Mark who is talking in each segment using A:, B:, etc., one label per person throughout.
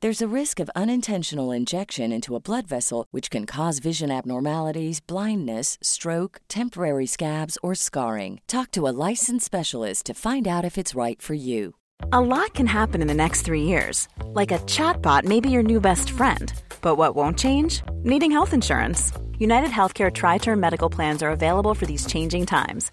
A: There's a risk of unintentional injection into a blood vessel, which can cause vision abnormalities, blindness, stroke, temporary scabs, or scarring. Talk to a licensed specialist to find out if it's right for you.
B: A lot can happen in the next three years. Like a chatbot may be your new best friend. But what won't change? Needing health insurance. United Healthcare Tri Term Medical Plans are available for these changing times.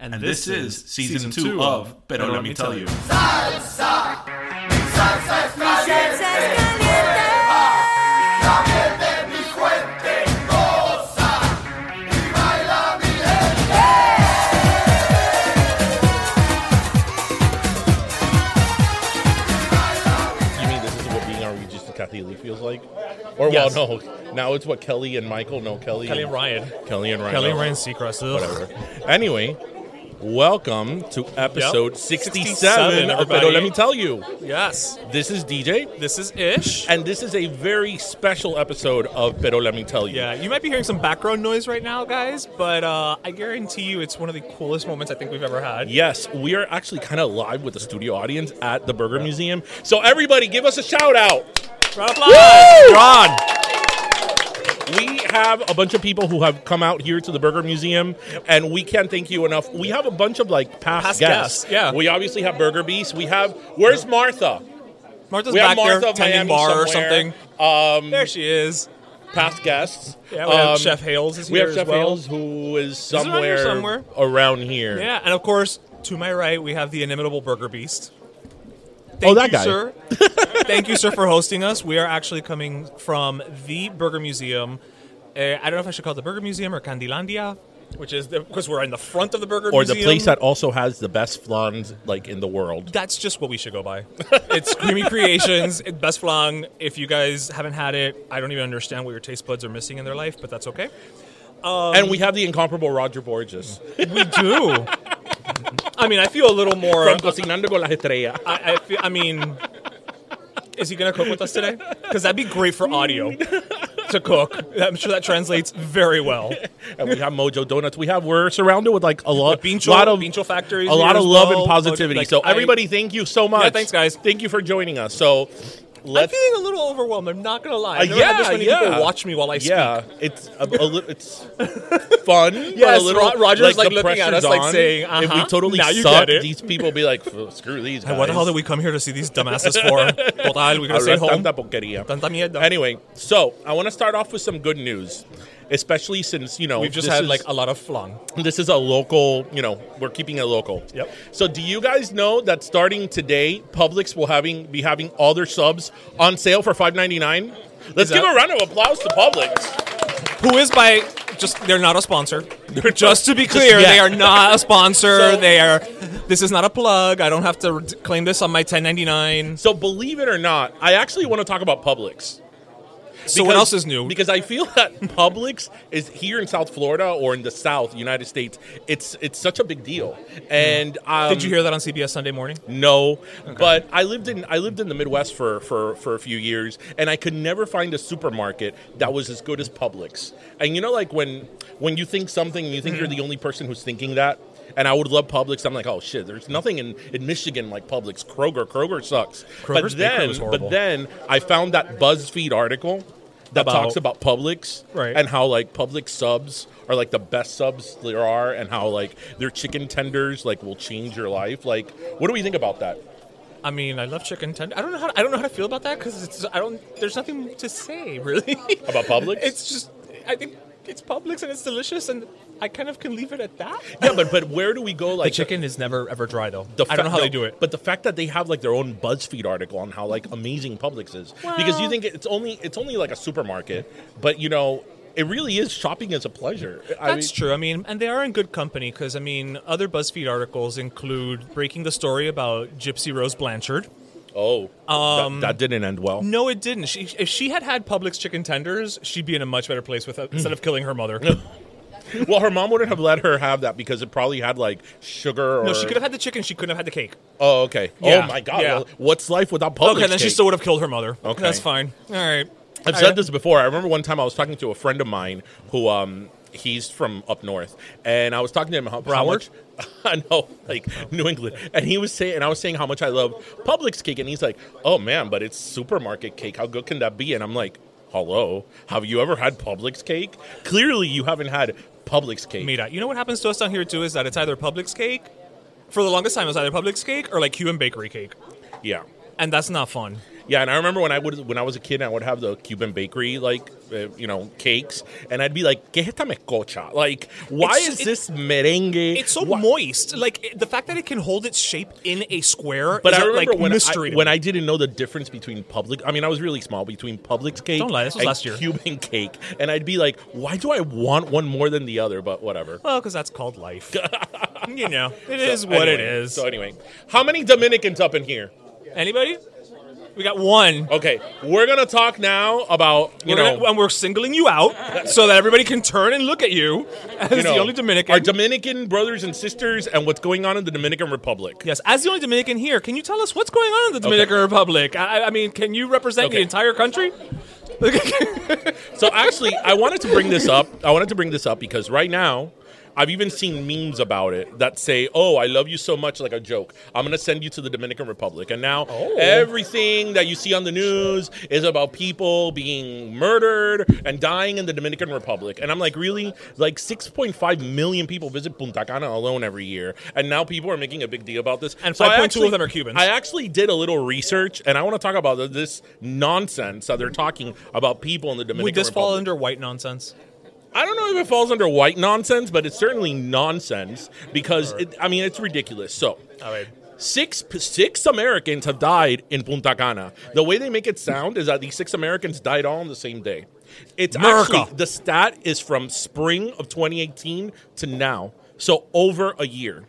C: and, this, is season, two, of Pero Let Me Tell You.
D: You mean this is what being our Regis and Kathy Lee feels like? Or
E: Yes.
D: well, no, now it's what Kelly and Michael. No, Kelly,
E: Kelly and Ryan.
D: Kelly and Ryan.
E: Kelly
D: no,
E: Ryan Seacrest. ugh.
D: Whatever. anyway, welcome to episode
E: Yep.
D: 67,
E: 67,
D: of
E: everybody.
D: Pero Let Me Tell You.
E: Yes.
D: This is DJ,
E: This is Ish.
D: and this is a very special episode of Pero Let Me Tell You.
E: yeah, you might be hearing some background noise right now, guys, but uh, I guarantee you it's one of the coolest moments I think we've ever had.
D: Yes, we are actually kind of live with the studio audience at the Burger Museum. So everybody, give us a shout out.
E: Round of applause.
D: Ron. We have a bunch of people who have come out here to the Burger Museum, and we can't thank you enough. We have a bunch of like past,
E: Past
D: guests.
E: guests, yeah.
D: We obviously have Burger Beast. We have where's Martha?
E: Martha's
D: We
E: back
D: have Martha
E: there
D: of Miami
E: tending bar
D: somewhere.
E: or something. there she is.
D: Past guests.
E: Yeah, we have
D: Um,
E: Chef Hales is
D: We
E: here
D: have
E: as
D: Chef
E: well.
D: Hales who is
E: around here
D: somewhere,
E: somewhere.
D: around here.
E: Yeah, and of course, to my right, we have the inimitable Burger Beast. Thank
D: Oh, that
E: you,
D: guy.
E: sir. Thank you, sir, for hosting us. We are actually coming from the Burger Museum. Uh, I don't know if I should call it the Burger Museum or Candylandia, which is because we're in the front of the Burger
D: Or the
E: Museum.
D: place that also has the best flans like in the world.
E: That's just what we should go by. It's Creamy Creations, it- Best Flan. If you guys haven't had it, I don't even understand what your taste buds are missing in their life, but that's okay. Um,
D: and we have the incomparable Roger Borges
E: We do. I mean, I feel a little more.
D: from Cocinando con las Estrellas.
E: I, I, feel, I mean, is he going to cook with us today? Because that'd be great for audio to cook. I'm sure that translates very well.
D: and we have Mojo Donuts. We have we're surrounded with like a lot,
E: The Beancho-
D: lot of
E: Beancho factories
D: a lot of
E: here as
D: love
E: well.
D: and positivity.
E: Like,
D: so
E: I-
D: everybody, thank you so much.
E: thanks, guys.
D: Thank you for joining us. So
E: I'm
D: let's.
E: feeling a little overwhelmed. I'm not going to lie.
D: Uh,
E: I've never had this many
D: yeah, yeah.
E: people watch me while I speak.
D: yeah, it's a, a li- it's fun. but
E: Yes,
D: a little,
E: Ro- Roger's, like,
D: the
E: looking at
D: pressure's
E: us, like,
D: on.
E: saying,
D: "If we
E: uh-huh,
D: totally
E: now you
D: suck,
E: get it."
D: these people be like, "F- "Screw these guys."
E: What the hell did we come here to see these dumbasses for? Total, we're going to
D: Hablar
E: stay at home.
D: tanta porquería.
E: Tanta mierda.
D: Anyway, so I want to start off with some good news, especially since you know
E: We've just
D: this
E: had
D: is-
E: like a lot of flung.
D: this is a local, you know, we're keeping it local.
E: Yep.
D: So do you guys know that starting today, Publix will having be having all their subs on sale for five ninety nine? Let's
E: Is
D: give
E: that-
D: a round of applause to Publix.
E: Who is by just they're not a sponsor. Just to be clear,
D: yeah.
E: they are not a sponsor.
D: So-
E: they are this is not a plug. I don't have to re- claim this on my 1099.
D: So believe it or not, I actually want to talk about Publix.
E: So what else is new?
D: Because I feel that Publix is here in South Florida or in the South United States. It's it's such a big deal. And um,
E: Did you hear that on CBS Sunday morning?
D: No, but I lived in I lived in the Midwest for, for for a few years, and I could never find a supermarket that was as good as Publix. And you know, like when when you think something, you think you're
E: Mm-hmm.
D: the only person who's thinking that. And I would love Publix. I'm like, oh shit, there's nothing in, in Michigan like Publix. Kroger, Kroger sucks.
E: Kroger's
D: but
E: Bakery
D: then,
E: was
D: but
E: horrible.
D: then I found that BuzzFeed article that
E: About-
D: talks about Publix
E: Right.
D: and how like Publix subs are like the best subs there are, and how like their chicken tenders like will change your life. Like, what do we think about that?
E: I mean, I love chicken tender. I don't know how I don't know how to feel about that because it's I don't. There's nothing to say really
D: About Publix?
E: It's just I think it's Publix and it's delicious, and I kind of can leave it at that.
D: Yeah, but but where do we go?
E: the
D: Like
E: chicken is never ever dry though.
D: the
E: I
D: fa-
E: don't know how
D: no,
E: they do it.
D: but the fact that they have like their own BuzzFeed article on how like amazing Publix is, because you think it's only it's only like a supermarket, but you know it really is shopping as a pleasure. I
E: That's
D: mean,
E: true. I mean, and they are in good company because I mean, other BuzzFeed articles include breaking the story about Gypsy Rose Blanchard.
D: Oh, that- that, didn't end well.
E: No, it didn't. She, if she had had Publix chicken tenders, she'd be in a much better place with instead of killing her mother.
D: Well, her mom wouldn't have let her have that because it probably had like sugar. Or...
E: no, she could have had the chicken. She couldn't have had the cake.
D: Oh, okay.
E: Yeah,
D: Oh my God.
E: yeah.
D: Well, what's life without Publix?
E: Okay, then she
D: cake?
E: still would have killed her mother.
D: Okay.
E: that's fine. All right.
D: I've
E: I-
D: said this before. I remember one time I was talking to a friend of mine who um he's from up north, and I was talking to him about how
E: Broward?
D: much I know, like New England, and he was saying, and I was saying how much I love Publix cake, and he's like, "Oh man, but it's supermarket cake. How good can that be?" And I'm like, "Hello, have you ever had Publix cake? Clearly, you haven't had Publix cake."
E: Mira, you know what happens to us down here too is that it's either Publix cake. For the longest time, it was either Publix cake or like Cuban bakery cake,
D: Yeah.
E: and that's not fun.
D: Yeah, and I remember when I would when I was a kid, I would have the Cuban bakery like uh, you know cakes, and I'd be like, "¿Qué es esta mezcocha? Like, why is
E: It's- it-
D: this merengue?
E: It's so
D: Why-
E: moist. Like it- the fact that it can hold its shape in a square.
D: But
E: is
D: I
E: a,
D: remember
E: like,
D: when
E: mystery
D: I,
E: to
D: when
E: me.
D: I didn't know the difference between public. I mean, I was really small between Publix cake.
E: Don't lie, this was
D: and
E: last year.
D: Cuban cake, and I'd be like, "Why do I want one more than the other?" But whatever.
E: well, because that's called life. you know, it
D: So
E: is what it
D: anyway-
E: is.
D: So anyway, how many Dominicans up in here?
E: Anybody? We got one.
D: Okay, we're gonna talk now about Oh, you
E: We're
D: know
E: gonna- and we're singling you out so that everybody can turn and look at you as
D: you know,
E: the only Dominican.
D: our Dominican brothers and sisters, and what's going on in the Dominican Republic.
E: yes, as the only Dominican here, can you tell us what's going on in the Dominican Republic? I, I mean, can you represent the
D: Okay.
E: entire country?
D: So actually, I wanted to bring this up. I wanted to bring this up because right now, I've even seen memes about it that say, "Oh, I love you so much," like a joke. I'm gonna send you to the Dominican Republic, and now
E: Oh.
D: everything that you see on the news is about people being murdered and dying in the Dominican Republic. And I'm like, really? Like 6.5 million people visit Punta Cana alone every year, and now people are making a big deal about this.
E: And
D: So I
E: 5.2 of
D: actually-
E: them are Cubans.
D: I actually did a little research, and I want to talk about th- this nonsense that they're talking about people in the Dominican
E: Would this
D: Republic.
E: fall under white nonsense?
D: I don't know if it falls under white nonsense, but it's certainly nonsense because it, I mean it's ridiculous. So. Six six Americans have died in Punta Cana. The way they make it sound is that these six Americans died all on the same day. It's
E: America.
D: actually the stat is from spring of 2018 to now, so over a year.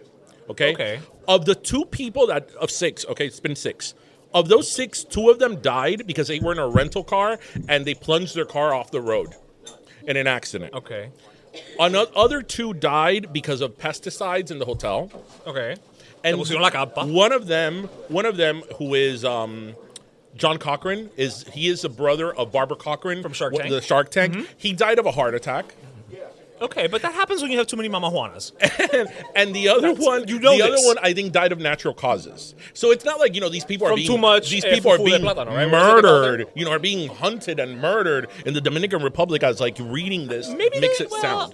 D: Okay.
E: Okay.
D: Of the two people that of six, okay, it's been six. Of those six, two of them died because they were in a rental car and they plunged their car off the road in an accident.
E: Okay.
D: Ano- other two died because of pesticides in the hotel.
E: Okay.
D: And
E: Double like a bu-
D: one of them, one of them, who is um, John Cochran, is he is the brother of Barbara Cochran
E: From Shark
D: wh-
E: Tank? Mm-hmm.
D: The Shark Tank. He died of a heart attack.
E: Okay, but that happens when you have too many Mama Juanas.
D: And the other
E: That's-
D: one,
E: you know
D: the
E: this.
D: other one, I think died of natural causes. So it's not like you know these people are
E: From
D: being
E: too much,
D: These
E: eh,
D: people are
E: fufu de
D: being
E: plátano, right? What is it called?
D: murdered. You know, are being hunted and murdered in the Dominican Republic. I was like reading this
E: Maybe
D: makes
E: they-
D: it
E: well-
D: sound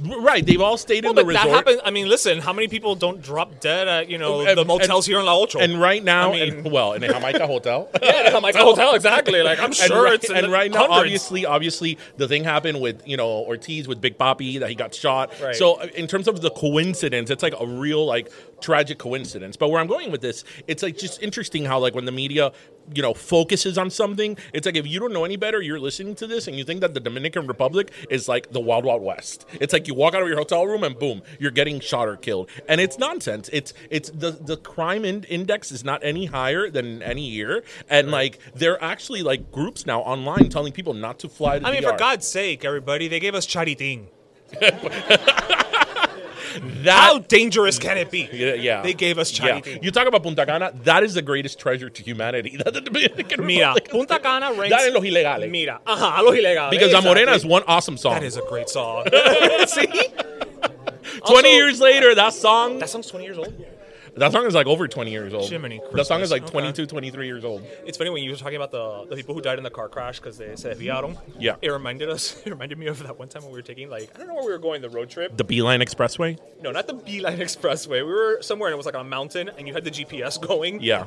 D: right. They've all stayed
E: Well,
D: in the
E: but
D: resort.
E: that happens. I mean, listen, how many people don't drop dead at you know
D: And-
E: the motels
D: and-
E: here in La Ocho?
D: And right now,
E: I mean-
D: and- well, in a Jamaica hotel.
E: yeah, I'm like hotel exactly. Like I'm
D: and
E: sure
D: right,
E: it's in
D: and
E: the
D: right now,
E: hundreds.
D: obviously, obviously, the thing happened with you know Ortiz with Big Poppy that he got shot.
E: Right.
D: So uh, in terms of the coincidence, it's like a real like tragic coincidence. But where I'm going with this, it's like just interesting how like when the media you know focuses on something it's like if you don't know any better you're listening to this and you think that the dominican republic is like the wild wild west it's like you walk out of your hotel room and boom you're getting shot or killed and it's nonsense it's it's the the crime in- index is not any higher than any year and like they're actually like groups now online telling people not to fly to
E: I mean,
D: DR.
E: for God's sake, everybody, they gave us chariting.
D: that
E: How dangerous can it be?
D: Yeah, yeah.
E: They gave us
D: Yeah.
E: chariting.
D: You talk about Punta Cana, that is the greatest treasure to humanity. that the Dominican
E: Mira,
D: Republic-
E: Punta Cana ranks.
D: That and Los Ilegales.
E: Mira, ajá, los ilegales.
D: Because La Morena is one awesome song.
E: That is a great song. See?
D: 20
E: Also-
D: years later, that song
E: That song's 20 years old.
D: that song is like over 20 years old.
E: Jiminy
D: that song is
E: Christmas.
D: like
E: Okay.
D: 22, 23 years old.
E: It's funny when you were talking about the, the people who died in the car crash because they said Viaron.
D: Yeah.
E: It reminded us, it reminded me of that one time when we were taking, like, I don't know where we were going, the road trip.
D: The Beeline Expressway?
E: No, not the Beeline Expressway. We were somewhere and it was like on a mountain and you had the GPS going.
D: Yeah.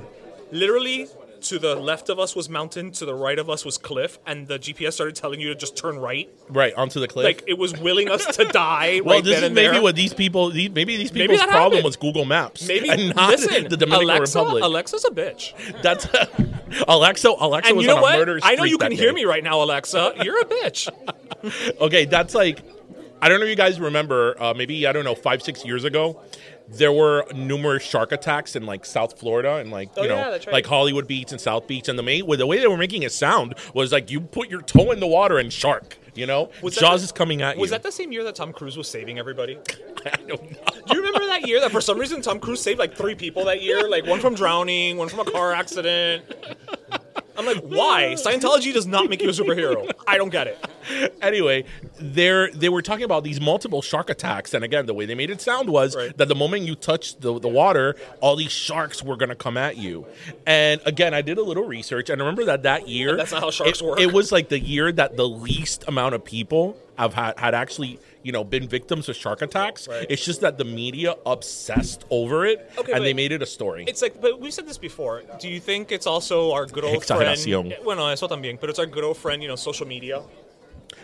E: Literally, to the left of us was mountain, to the right of us was cliff, and the GPS started telling you to just turn right.
D: Right, onto the cliff.
E: Like, it was willing us to die
D: well,
E: right
D: this
E: then
D: is
E: and
D: maybe
E: there.
D: what these people, these, maybe these
E: Maybe
D: people's
E: that
D: problem
E: happened.
D: was Google Maps.
E: Maybe
D: and not
E: listen,
D: the Dominican
E: Alexa,
D: Republic.
E: Alexa's a bitch.
D: That's Alexa. Alexa
E: And
D: was
E: you know
D: on a murder
E: what? I know
D: streak
E: you can
D: that
E: hear
D: day.
E: me right now, Alexa. You're a bitch.
D: Okay, that's like, I don't know if you guys remember, uh, maybe, I don't know, five, six years ago, there were numerous shark attacks in like South Florida and like,
E: Oh,
D: you know,
E: yeah, that's right.
D: like Hollywood Beach and South Beach. And the, main, well, the way they were making it sound was like you put your toe in the water and shark, you know?
E: that
D: Jaws
E: the-
D: is coming at
E: Was
D: you.
E: that the same year that Tom Cruise was saving everybody? Do
D: I don't know.
E: you remember that year that for some reason Tom Cruise saved like three people that year? Like one from drowning, one from a car accident. I'm like, why? Scientology does not make you a superhero. I don't get it.
D: anyway, there they were talking about these multiple shark attacks, and again, the way they made it sound was
E: Right.
D: that the moment you touched the, the water, all these sharks were gonna come at you. And again, I did a little research, and I remember that that year,
E: That's not how sharks
D: it,
E: work.
D: It was like the year that the least amount of people have had had actually. You know, been victims of shark attacks.
E: Right.
D: It's just that the media obsessed over it,
E: Okay,
D: and they
E: but-
D: made it a story.
E: It's like, but we've said this before. Do you think it's also our good old friend?
D: Exageración.
E: Bueno, eso también, but it's our good old friend, you know, social media.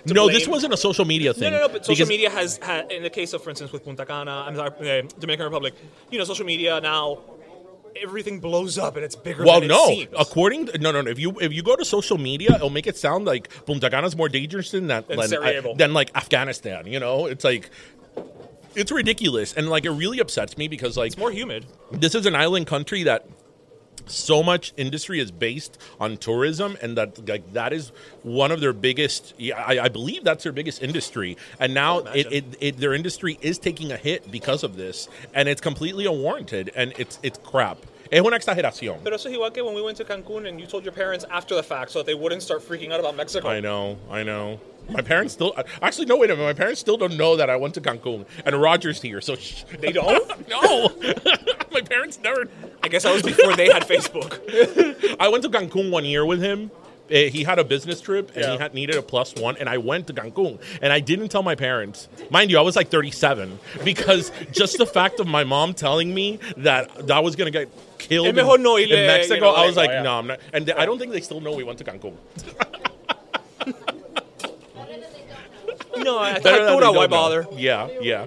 E: to
D: no, this
E: blame.
D: wasn't a social media thing.
E: No, no, no. But social
D: because-
E: media has, ha in the case of, for instance, with Punta Cana, I'm sorry, uh, Dominican Republic. You know, social media now, everything blows up and it's bigger.
D: Well,
E: than
D: no.
E: it seems.
D: According, to, no, no, no. If you if you go to social media, it'll make it sound like Punta Cana's more dangerous than that
E: Than
D: than, uh,
E: Sarajevo.
D: than like Afghanistan. You know, it's like. It's ridiculous, and like it really upsets me because like
E: it's more humid.
D: this is an island country that so much industry is based on tourism and that like that is one of their biggest yeah, I, I believe that's their biggest industry and now it, it, it their industry is taking a hit because of this and it's completely unwarranted and it's it's crap es una exageración
E: But also, Hiwake, when we went to Cancun and you told your parents after the fact so that they wouldn't start freaking out about Mexico.
D: I know, I know. My parents still actually no. Wait a minute. My parents still don't know that I went to Cancun and Roger's here. So sh-
E: They don't?
D: no, my parents never.
E: I guess that was before they had Facebook.
D: I went to Cancun one year with him. Eh, He had a business trip and he
E: Yeah.
D: had needed a plus one, and I went to Cancun and I didn't tell my parents. Mind you, I was like 37 because just the fact of my mom telling me that that was gonna get killed
E: Eh,
D: in,
E: mejor no, y
D: in
E: le- you
D: Mexico,
E: know,
D: I was
E: like,
D: like,
E: oh, yeah.
D: no, I'm not. And they, I don't think they still know we went to Cancun.
E: no, I
D: Better that
E: thought,
D: they
E: why
D: don't know.
E: bother?
D: Yeah, yeah,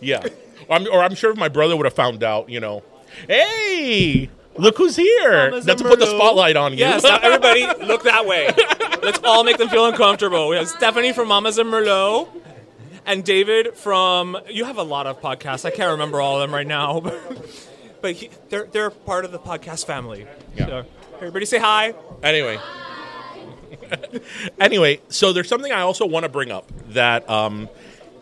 D: yeah. Or I'm, or I'm sure if my brother would have found out, you know, hey, look who's here.
E: Mama
D: Not to put the
E: Zambrano.
D: spotlight on you.
E: Yes, now everybody look that way. Let's all make them feel uncomfortable. We have Stephanie from Mamas and Merlot and David from. You have a lot of podcasts. I can't remember all of them right now. But he, they're, they're part of the podcast family.
D: Yeah.
E: So, everybody say hi.
D: anyway. anyway, so there's something I also want to bring up that um,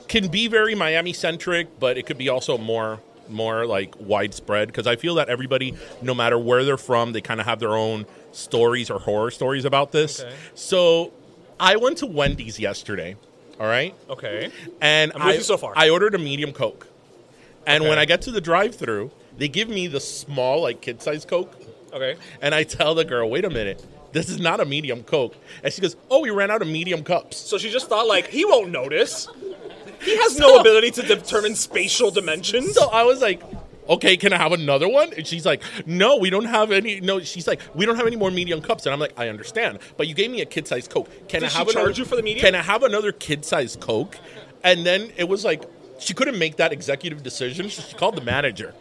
D: can be very Miami centric, but it could be also more more like widespread because I feel that everybody, no matter where they're from, they kind of have their own stories or horror stories about this. So I went to Wendy's yesterday. All right.
E: Okay.
D: And
E: I'm with
D: I-
E: you so far.
D: I ordered a medium Coke. And when
E: Okay.
D: I get to the drive through, they give me the small, like kid size Coke.
E: Okay.
D: And I tell the girl, wait a minute, this is not a medium Coke. And she goes, oh, we ran out of medium cups.
E: So she just thought, like, he won't notice. He has no ability to determine spatial dimensions.
D: So I was like, okay, can I have another one? And she's like, no, we don't have any. No, she's like, we don't have any more medium cups. And I'm like, I understand, but you gave me a kid sized Coke. Can
E: Did
D: I
E: she
D: have
E: charge
D: another,
E: you for the medium?
D: Can I have another kid sized Coke? And then it was like, she couldn't make that executive decision. So she called the manager.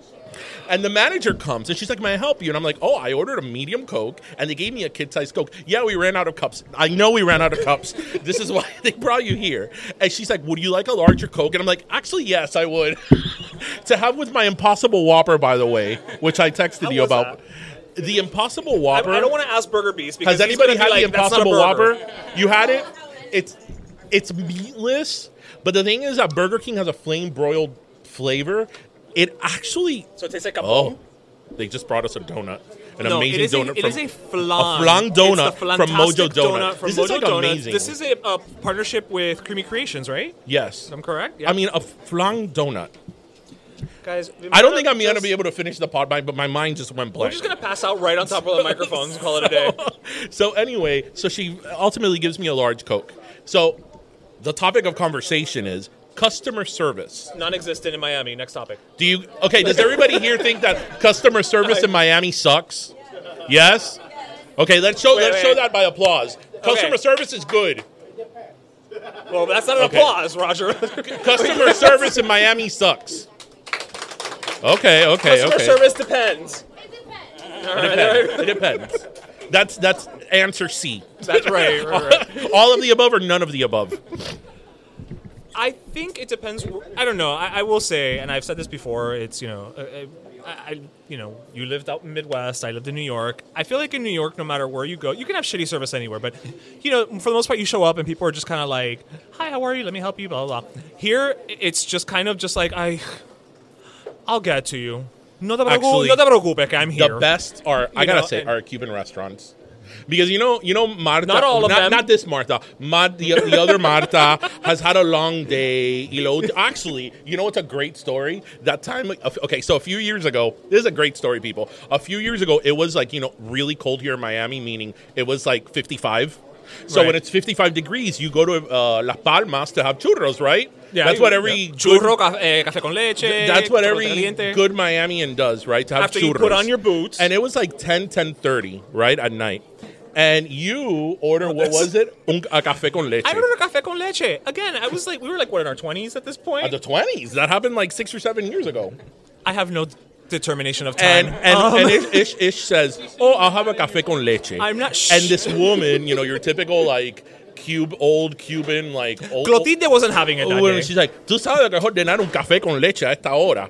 D: And the manager comes and she's like, May I help you? And I'm like, Oh, I ordered a medium Coke and they gave me a kid sized Coke. Yeah, we ran out of cups. I know we ran out of cups. This is why they brought you here. And she's like, Would you like a larger Coke? And I'm like, Actually, yes, I would. to have with my Impossible Whopper, by the way, which I texted
E: How
D: you
E: was
D: about. The Impossible
E: I,
D: Whopper.
E: I don't want to ask Burger Beast because
D: Has anybody
E: he's
D: had
E: gonna be
D: the
E: like, "That's not a
D: Impossible
E: burger."
D: Whopper? You had it. It's it's meatless, but the thing is that Burger King has a flame broiled flavor. It actually
E: So it tastes like a
D: oh,
E: bone?
D: they just brought us a donut, an
E: No,
D: amazing
E: it is
D: donut.
E: A, it
D: from,
E: is a flan.
D: a flan donut
E: It's the
D: from Mojo
E: Flantastic
D: Donut.
E: from
D: this
E: Mojo
D: is like
E: Donuts.
D: amazing.
E: This is a, a partnership with Creamy Creations, right?
D: yes.
E: I'm correct.
D: I mean, a flan donut.
E: guys,
D: I don't think I'm gonna be able to finish the pod, but my mind just went
E: We're
D: blank.
E: just gonna pass out right on top of the microphones and call it a day.
D: so anyway, so she ultimately gives me a large Coke. So the topic of conversation is customer service.
E: Non-existent in Miami. Next topic.
D: Do you okay? Does everybody here think that customer service in Miami sucks? Yes. Okay, let's show
E: Wait,
D: let's
E: wait.
D: show that by applause. Customer
E: Okay.
D: service is good.
E: Well, that's not an
D: Okay.
E: applause, Roger.
D: Customer service in Miami sucks. Okay, okay,
E: Customer
D: okay.
E: service depends. All right, all right.
D: It depends. That's that's answer C.
E: That's right, right, right.
D: All of the above or none of the above.
E: I think it depends. I don't know. I, I will say, and I've said this before. It's you know, I, I, I you know, you lived out in Midwest. I lived in New York. I feel like in New York, no matter where you go, you can have shitty service anywhere. But you know, for the most part, you show up and people are just kind of like, "Hi, how are you? Let me help you." Blah blah. blah. Here, it's just kind of just like I, I'll get to you. No te preocupes.
D: Actually,
E: No te preocupes. I'm here.
D: The best are I
E: You
D: gotta
E: know,
D: say
E: and-
D: are Cuban restaurants. Because you know, you know, Marta.
E: Not all of
D: not,
E: them.
D: Not this Marta. Mar- the, the other Marta has had a long day. You know, actually, you know, what's a great story. That time, like, a f- okay, so a few years ago, this is a great story, people. A few years ago, it was like you know really cold here in Miami, meaning it was like 55. So
E: Right.
D: when it's 55 degrees, you go to uh, Las Palmas to have churros, right? that's what every
E: yeah.
D: good-
E: churro, ca- eh, cafe con leche.
D: that's what
E: chocolate
D: every
E: caliente.
D: good Miamian does, right? To have
E: After you
D: churros.
E: put on your boots.
D: And it was like 10, 10 right? At night. And you order, what was it? Un, a café con leche.
E: I ordered a cafe con leche. Again, I was like, we were like, what, in our 20s at this point?
D: At the 20s. That happened like six or seven years ago.
E: I have no determination of time. Um,
D: And and,
E: Oh.
D: and Ish, Ish, Ish says, oh, I'll have a café con leche.
E: I'm not sh-
D: And this woman, you know, your typical like cube, old Cuban, like old.
E: Clotilde wasn't having it that
D: Well,
E: day.
D: she's like, tú sabes que ordenar un café con leche a esta hora.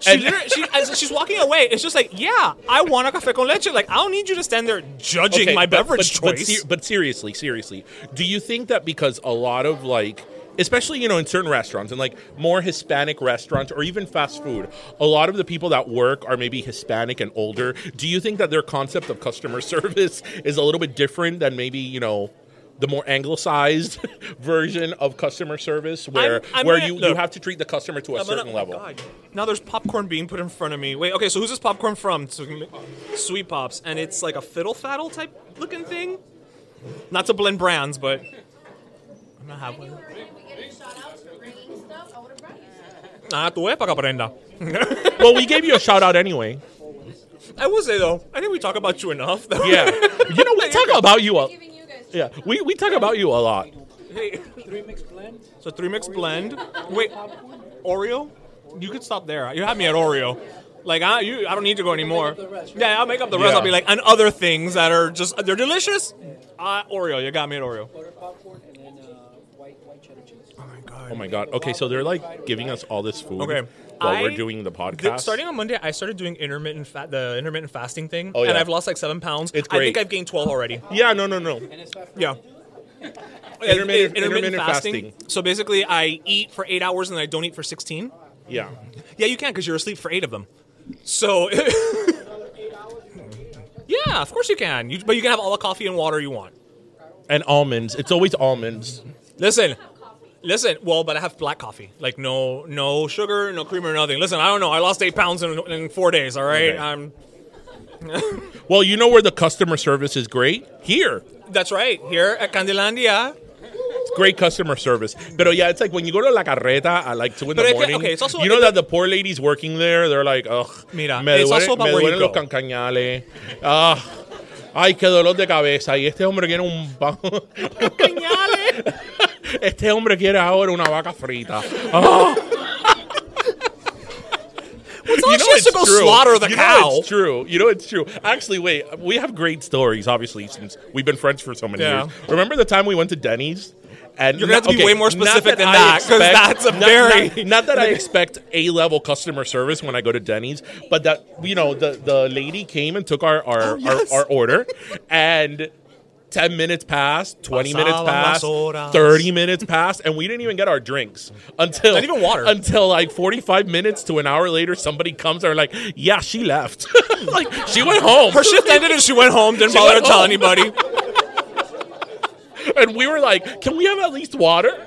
E: she literally, she, as she's walking away, it's just like, yeah, I want a cafe con leche. Like, I don't need you to stand there judging
D: Okay,
E: my
D: but-
E: beverage
D: but,
E: choice.
D: But, ser- but seriously, seriously, do you think that because a lot of like, especially you know in certain restaurants and like more Hispanic restaurants or even fast food, a lot of the people that work are maybe Hispanic and older. Do you think that their concept of customer service is a little bit different than maybe you know? The more anglicized version of customer service, where
E: I'm
D: where
E: gonna-
D: you, you
E: look.
D: have to treat the customer to a
E: I'm gonna-
D: certain
E: oh my
D: level.
E: God. Now there's popcorn being put in front of me. Wait, okay, so who's this popcorn from? So we can make- Sweet Pops. And it's like a fiddle faddle type looking thing. Not to blend brands, but I'm gonna have one. Ah, tu epa, caprenda.
D: well, we gave you a shout out anyway.
E: I will say though, I think we talk about you enough. though.
D: Yeah, you know we talk about you a
F: Yeah.
D: yeah we, we talk about you a lot.
E: Hey. Three mix blend. So three mix blend. Wait, Oreo? You could stop there. You had me at Oreo. Like I, you, I don't need to go anymore. Yeah, I'll make up the rest.
D: Yeah.
E: I'll be like, and other things that are just they're delicious. Uh, Oreo, you got me at Oreo.
D: Oh my god. Okay, so they're like giving us all this food
E: Okay,
D: while
E: I-
D: we're doing the
E: th-
D: podcast.
E: starting on Monday, I started doing intermittent fa- the intermittent fasting thing,
D: Oh, yeah.
E: and I've lost like seven pounds.
D: It's
E: I think
D: great.
E: I've gained twelve already.
D: yeah, no, no, no.
E: Yeah.
D: Intermittent- intermittent fasting.
E: So basically, I eat for eight hours and I don't eat for sixteen.
D: Yeah.
E: Yeah, you can because you're asleep for eight of them. So. yeah, of course you can. You, but you can have all the coffee and water you want.
D: And almonds. It's always almonds.
E: Listen. Listen, well, but I have black coffee, like no, no sugar, no creamer, nothing. Listen, I don't know. I lost eight pounds in, in four days. All right, Um,
D: Okay.
E: I'm.
D: Well, you know where the customer service is great? Here.
E: That's right. Here at Candelandia,
D: It's great customer service. But yeah, it's like when you go to La Carreta at like 2 in
E: Pero
D: the
E: es que-
D: morning,
E: okay, it's also-
D: you know
E: it-
D: that the poor ladies working there, they're like, ugh,
E: Mira,
D: me
E: it's also
D: duele,
E: about
D: me
E: where you
D: duelen los
E: go.
D: cancañales. Ah, ay, qué dolor de cabeza. Y este hombre quiere un... pan- este hombre quiere ahora una vaca frita. Ah.
E: It's not like she has to go slaughter the
D: you
E: cow.
D: Know it's true. You know it's true. Actually, wait. We have great stories, obviously, since we've been friends for so many
E: Yeah.
D: years. Remember the time we went to Denny's? And
E: You're gonna
D: not-
E: have to be way more
D: not
E: specific than
D: I
E: that, 'cause
D: expect-
E: that's a
D: not-
E: very-
D: Not, not that I expect A level customer service when I go to Denny's, but that you know the the lady came and took our our
E: Oh, yes.
D: our, our order, and ten minutes passed, twenty minutes
E: Pasaban las
D: passed,
E: horas.
D: thirty minutes passed, and we didn't even get our drinks until
E: Not even water.
D: until like 45 minutes to an hour later somebody comes and like yeah she left like she went home
E: Her shift ended and she went home. Didn't
D: She
E: bother to
D: went
E: tell
D: home.
E: anybody.
D: and we were like can we have at least water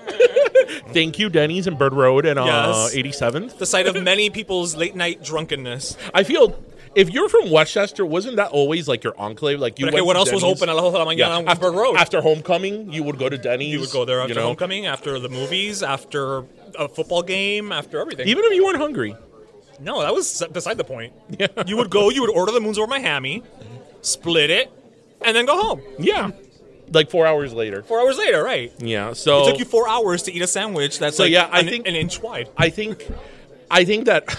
D: thank you denny's and bird road and uh,
E: Yes.
D: 87th
E: The sight of many people's late night drunkenness.
D: i feel if you're from westchester wasn't that always like your enclave like you
E: But okay,
D: went
E: what
D: to
E: else was
D: Denny's?
E: open at La Jolla de la Mañana on
D: after,
E: Bird Road?
D: after homecoming you would go to denny's
E: You would go there after
D: you know?
E: homecoming, after the movies, after a football game, after everything.
D: even if you weren't hungry
E: no, that was beside the point. You would go, you would order the moons over my hammy, split it, and then go home.
D: yeah like four hours later
E: Four hours later, right?
D: yeah so
E: It took you four hours to eat a sandwich that's
D: So,
E: like
D: yeah, I
E: an,
D: think-
E: an inch wide.
D: I think I think that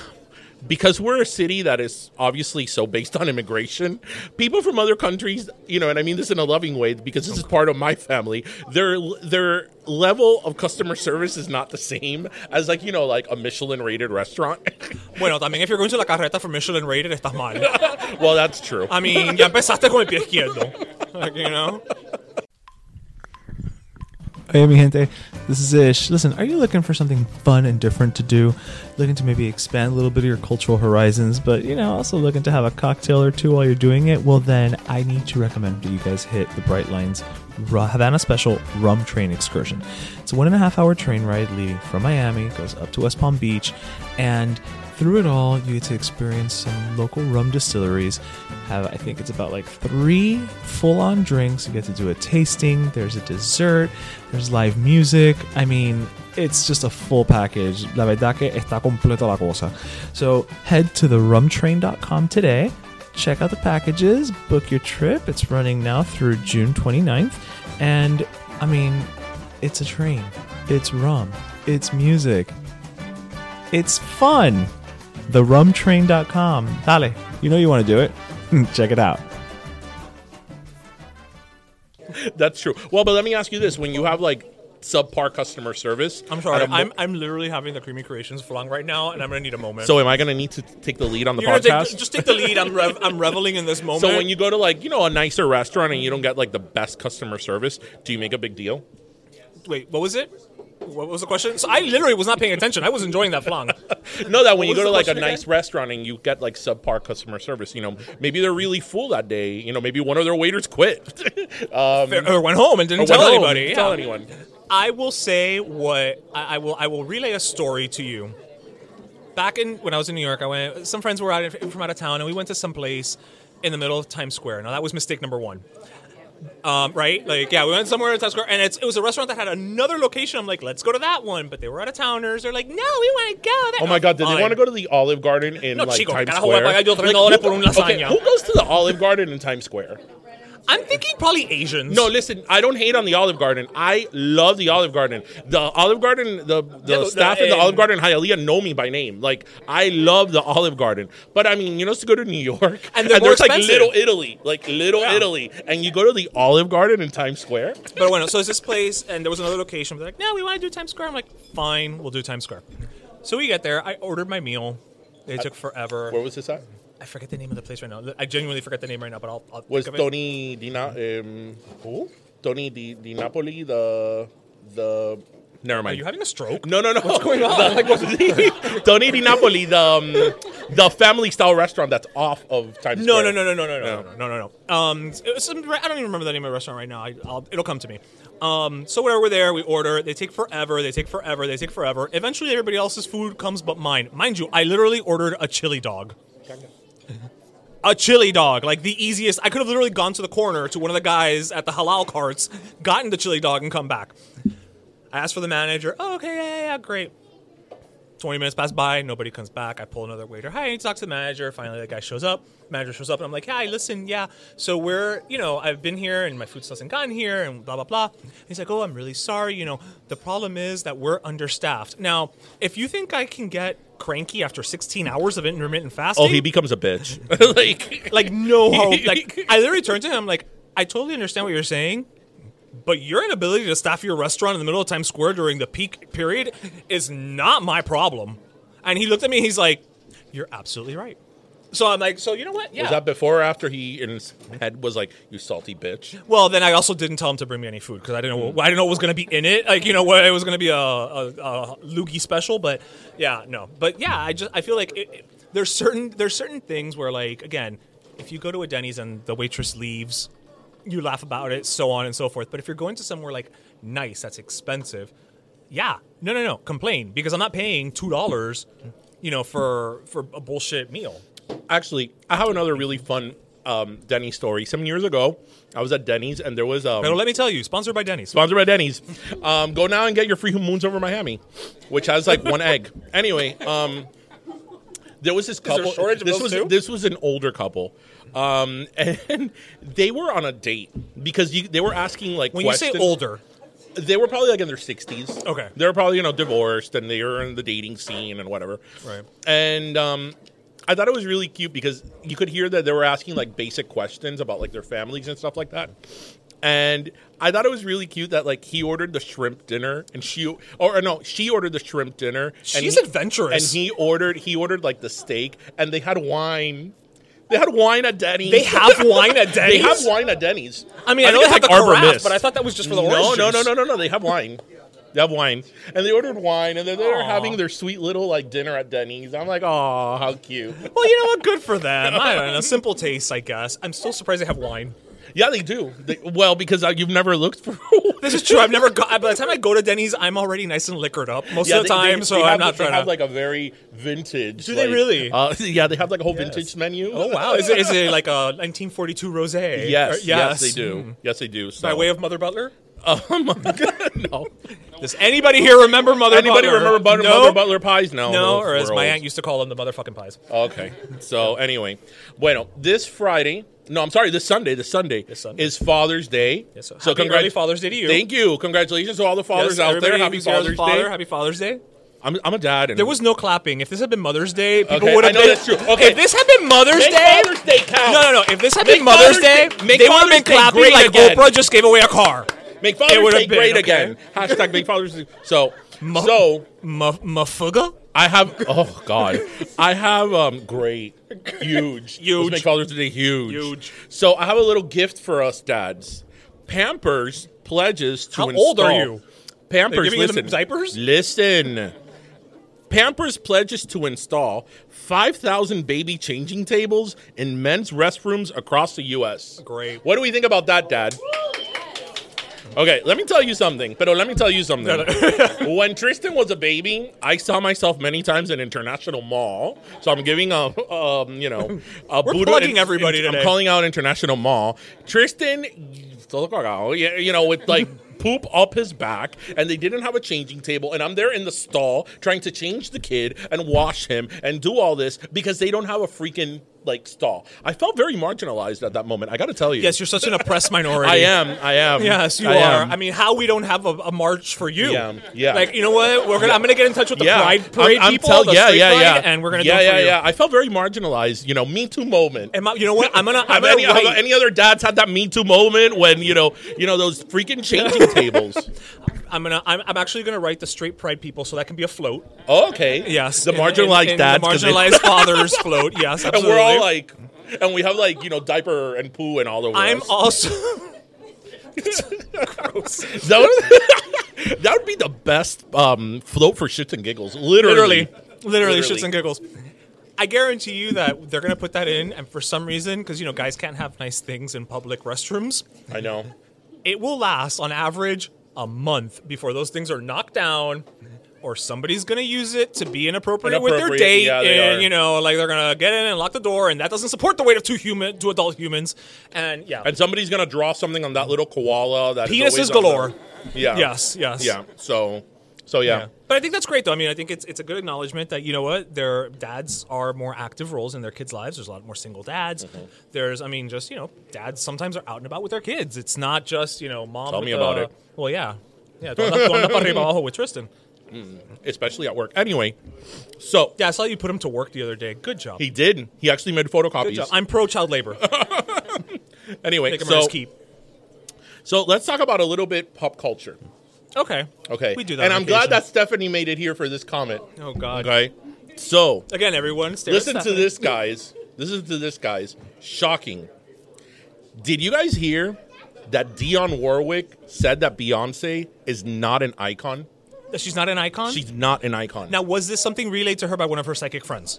D: because we're a city that is obviously so based on immigration, people from other countries, you know, and I mean this in a loving way because this is part of my family, their their level of customer service is not the same as like, you know, like a Michelin rated restaurant.
E: Bueno, también if you're going to La Carreta for Michelin rated, estás mal.
D: well, that's true.
E: I mean, ya empezaste con el pie izquierdo. Like, you know?
F: Hey, mi gente. This is Ish. Listen, are you looking for something fun and different to do? Looking to maybe expand a little bit of your cultural horizons, but you know, also looking to have a cocktail or two while you're doing it? Well, then I need to recommend that you guys hit the Bright Lines Ra- Havana Special Rum Train Excursion. It's a one and a half hour train ride leading from Miami, goes up to West Palm Beach, and through it all, you get to experience some local rum distilleries. Have I think it's about like three full-on drinks. You get to do a tasting. There's a dessert. There's live music. I mean, it's just a full package. La verdad que está completa la cosa. So head to the rumtrain.com today. Check out the packages. Book your trip. It's running now through June 29th. And I mean, it's a train. It's rum. It's music. It's fun. TheRumTrain.com. Dale, you know you want to do it. Check it out.
D: that's true. Well, but let me ask you this, when you have like subpar customer service,
E: I'm sorry.
D: at a mo-
E: I'm, I'm literally having the Creamy Creations flung right now, and I'm going to need a moment.
D: so am I going to need to take the lead on the
E: you're gonna
D: podcast?
E: take, just take the lead. I'm, rev- I'm reveling in this moment.
D: So when you go to like you know a nicer restaurant and you don't get like the best customer service, do you make a big deal?
E: Wait, what was it? What was the question? So I literally was not paying attention. I was enjoying that flung.
D: No, that when you
E: was
D: go to
E: the
D: like a
E: question
D: nice
E: again?
D: restaurant and you get like subpar customer service, you know maybe they're really full that day. You know maybe one of their waiters quit. um,
E: or went home and didn't
D: or
E: tell
D: went home,
E: anybody.
D: didn't
E: Yeah.
D: Tell anyone.
E: I will say what I, I will. I will relay a story to you. Back in when I was in New York, I went. Some friends were out in- from out of town, and we went to some place in the middle of Times Square. Now that was mistake number one. Um, right? Like, yeah, we went somewhere in Times Square, and it's, it was a restaurant that had another location. I'm like, let's go to that one, but they were out of towners. They're like, no, we want to go. There.
D: Oh my god, did they
E: Fine.
D: want to go to the Olive Garden in
E: No,
D: like
E: chico,
D: Times
E: carajo, voy a
D: Square?
E: pagar yo $30
D: who-
E: por un
D: okay,
E: lasagna.
D: who goes to the Olive Garden in Times Square?
E: I'm thinking probably Asians.
D: No, listen, I don't hate on the Olive Garden. I love the Olive Garden. The Olive Garden, the, the
E: Yeah, but
D: staff
E: the-
D: in the Olive
E: um,
D: Garden in Hialeah know me by name. Like, I love the Olive Garden. But I mean, you know, to go to New York
E: And they're more
D: there's like
E: expensive.
D: Little Italy, like Little
E: Yeah.
D: Italy, and you go to the Olive Garden in Times Square.
E: But bueno, so it's this place, and there was another location. But they're like, no, we want to do Times Square. I'm like, fine, we'll do Times Square. So we get there. I ordered my meal. They took forever.
D: Where was this at?
E: I forget the name of the place right now. I genuinely forget the name right now, but I'll. I'll
D: Was
E: think of it.
D: Tony Di Na- um, who? Tony Di, Di Napoli the the. Never
E: Are
D: mind.
E: you having a stroke?
D: No, no, no. What's going on? The, like, what's the, Tony Di Napoli, the, um, the family style restaurant that's off of Times
E: No, no,
D: Square.
E: no, no, no, no, no, no, no, no, no. Um, it was some, I don't even remember the name of the restaurant right now. I, I'll, it'll come to me. Um, so whatever we're there, we order. They take forever. They take forever. They take forever. Eventually, everybody else's food comes but mine. Mind you, I literally ordered a chili dog. A chili dog, like the easiest. I could have literally gone to the corner to one of the guys at the halal carts, gotten the chili dog, and come back. I asked for the manager. Oh, okay, yeah, yeah, yeah, great. 20 minutes pass by, nobody comes back. I pull another waiter. Hi, I need to talk to the manager. Finally, the guy shows up. Manager shows up, and I'm like, hi, listen, yeah. So we're, you know, I've been here, and my food still hasn't gotten here, and blah, blah, blah. He's like, oh, I'm really sorry. You know, the problem is that we're understaffed. Now, if you think I can get cranky after 16 hours of intermittent fasting,
D: Oh, he becomes a bitch. like,
E: like no hope. Like I literally turned to him. I'm like, I totally understand what you're saying, but your inability to staff your restaurant in the middle of Times Square during the peak period is not my problem. And he looked at me. He's like, You're absolutely right. So I'm like, So you know what? Yeah.
D: was that before or after he in his head was like, "You salty bitch"?
E: well, then I also didn't tell him to bring me any food because I didn't know I didn't know what was going to be in it. Like you know, what it was going to be a, a, a loogie special. But yeah, no. But yeah, I just I feel like it, it- there's certain there's certain things where like again, if you go to a Denny's and the waitress leaves, you laugh about it, so on and so forth. But if you're going to somewhere like nice that's expensive, yeah, no, no, no, complain because I'm not paying two dollars, you know, for for a bullshit meal.
D: Actually, I have another really fun um, Denny story. Some years ago, I was at Denny's and there was um,
E: But let me tell you, sponsored by Denny's.
D: sponsored by Denny's. Um, go now and get your free moons over Miami, which has like one egg. Anyway, um, there was this
E: there
D: couple.
E: shortage of
D: this
E: those
D: was
E: too?
D: this was an older couple, um, and they were on a date because you, they were asking like
E: When
D: questions.
E: you say older,
D: they were probably like in their sixties.
E: Okay.
D: they were probably you know divorced and they were in the dating scene and whatever.
E: Right.
D: And um, I thought it was really cute because you could hear that they were asking like basic questions about like their families and stuff like that. And I thought it was really cute that like he ordered the shrimp dinner and she or no she ordered the shrimp dinner. and
E: She's
D: he-
E: adventurous.
D: And he ordered he ordered like the steak and they had wine. They had wine at Denny's.
E: They have wine at
D: They have
E: Denny's?
D: wine at Denny's.
E: I mean, I, know
D: think
E: they have
D: it's,
E: the carafe,
D: Mist.
E: but I thought that was just for the
D: no,
E: orange
D: no, no,
E: juice.
D: no, no, no. They have wine. They have wine, and they ordered wine, and then they're having their sweet little like dinner at Denny's. I'm like, oh, how cute.
E: Well, you know what? Good for them. I don't know. Simple taste, I guess. I'm still surprised they have wine.
D: Yeah, they do. They, well, because uh, you've never looked for.
E: This is true. I've never got. By the time I go to Denny's, I'm already nice and liquored up most
D: Yeah,
E: of the
D: they- they-
E: time,
D: they
E: so
D: have,
E: I'm not
D: They
E: trying
D: have
E: to.
D: like a very vintage.
E: Do they
D: like-
E: really?
D: Uh, yeah, they have like a whole vintage menu.
E: oh wow! Is it, is it like a 1942 rosé? Or-
D: Yes, yes, they do.
E: Mm.
D: Yes, they do. So.
E: By way of Mother Butler.
D: oh my god, no.
E: Does anybody here remember Mother
D: Anybody
E: Butler?
D: remember butter,
E: no?
D: Mother Butler pies? No,
E: No,
D: those
E: or as
D: were
E: my
D: old.
E: aunt used to call them, the motherfucking pies.
D: Okay. So anyway, bueno, this Friday. No, I'm sorry. This Sunday. This Sunday,
E: This Sunday.
D: is Father's Day.
E: Yes, so
D: so
E: happy
D: congrat-
E: early Father's Day to you.
D: Thank you. Congratulations to all the fathers
E: Yes,
D: out there.
E: everybody
D: Happy
E: who's here as a
D: Father's
E: father,
D: Day.
E: Happy Father's Day.
D: I'm, I'm a dad. And
E: There was no clapping. If this had been Mother's Day, people
D: Okay,
E: would
D: I
E: have
D: know
E: been.
D: that's true. Okay.
E: If this had been Mother's
D: Make
E: Day,
D: Father's Day count.
E: No, no, no. If this had
D: Make
E: been Mother's,
D: Father's
E: Day,
D: Day- make
E: they would have
D: Father's
E: been
D: Day
E: clapping
D: great
E: like
D: again.
E: Oprah just gave away a car.
D: make Father's
E: would have
D: Day
E: been,
D: great
E: okay.
D: again. Hashtag make Father's Day. So
E: Mu-
D: so
E: mu- mufuga?
D: I have. Oh God, I have um great, huge,
E: Huge.
D: Let's make Father's Day huge,
E: Huge.
D: So I have a little gift for us dads. Pampers pledges to
E: How old are
D: install-
E: you? They're
D: Pampers,
E: giving you them
D: listen.
E: diapers?
D: Listen. Pampers pledges to install 5,000 baby changing tables in men's restrooms across the U.S.
E: Great.
D: What do we think about that, Dad? Okay, let me tell you something. But let me tell you something. when Tristan was a baby, I saw myself many times in International Mall. So I'm giving a, um, you know, a
E: We're
D: Buddha-
E: plugging everybody
D: I'm
E: today.
D: calling out International Mall. Tristan, yeah, you know, with like. Poop up his back, and they didn't have a changing table. And I'm there in the stall trying to change the kid and wash him and do all this because they don't have a freaking like stall. I felt very marginalized at that moment. I got to tell you.
E: Yes, you're such an oppressed minority.
D: I am. I am.
E: Yes, you
D: I
E: are.
D: am.
E: I mean, how we don't have a, a march for you?
D: Yeah, yeah.
E: Like you know what? We're gonna. I'm gonna get in touch with the Pride Parade people.
D: tell-
E: the straight pride, And we're gonna
D: yeah,
E: do it
D: yeah,
E: for you.
D: yeah. I felt very marginalized. You know, Me Too moment.
E: Am I, you know what? I'm gonna.
D: Have
E: I'm gonna
D: any, have
E: write-
D: any other dads had that Me Too moment when you know, you know those freaking changing tables?
E: I'm gonna. I'm, I'm actually gonna write the straight pride people, so that can be a float.
D: Oh, Okay,
E: Yes,
D: the
E: in- in-
D: marginalized
E: in
D: dads,
E: the
D: 'cause they-
E: marginalized fathers float. Yes,
D: and
E: absolutely.
D: we're all like, and we have like you know diaper and poo and all over.
E: I'm
D: us.
E: also.
D: That would, that would be the best um, float for shits and giggles. Literally,
E: literally, literally, shits and giggles. I guarantee you that they're gonna put that in, and for some reason, because you know guys can't have nice things in public restrooms,
D: I know.
E: it will last on average a month before those things are knocked down. Or somebody's gonna use it to be inappropriate, with their
D: Inappropriate,
E: date,
D: yeah, they
E: and
D: are.
E: you know, like they're gonna get in and lock the door, and that doesn't support the weight of two human, two adult humans, and yeah,
D: And somebody's gonna draw something on that little koala. That
E: Penises
D: is always on the-
E: galore.
D: yeah.
E: Yes, yes.
D: Yeah. So So yeah.
E: But I think that's great, though. I mean, I think it's it's a good acknowledgement that you know what their dads are more active roles in their kids' lives. There's a lot more single dads.
D: Mm-hmm.
E: There's, I mean, just you know, dads sometimes are out and about with their kids. It's not just you know, mom.
D: Tell
E: with
D: me
E: the-
D: about it.
E: Well, yeah, yeah. Don't don't- don't worry about all with Tristan.
D: especially at work. Anyway, so
E: Yeah, I saw you put him to work the other day. Good job.
D: he did. He actually made
E: good
D: photocopies.
E: job. I'm pro child labor.
D: anyway,
E: Make him earn
D: so
E: his keep.
D: so let's talk about a little bit pop culture.
E: Okay.
D: Okay,
E: We do that.
D: and
E: on
D: I'm glad
E: occasion.
D: that Stephanie made it here for this comment.
E: Oh God.
D: Okay, so
E: Again, everyone. stare at
D: listen to
E: Stephanie.
D: this, guys. Listen to this, guys. Shocking. Did you guys hear that Dionne Warwick said that Beyonce is not an icon?
E: That She's not an icon.
D: She's not an icon.
E: Now, was this something relayed to her by one of her psychic friends?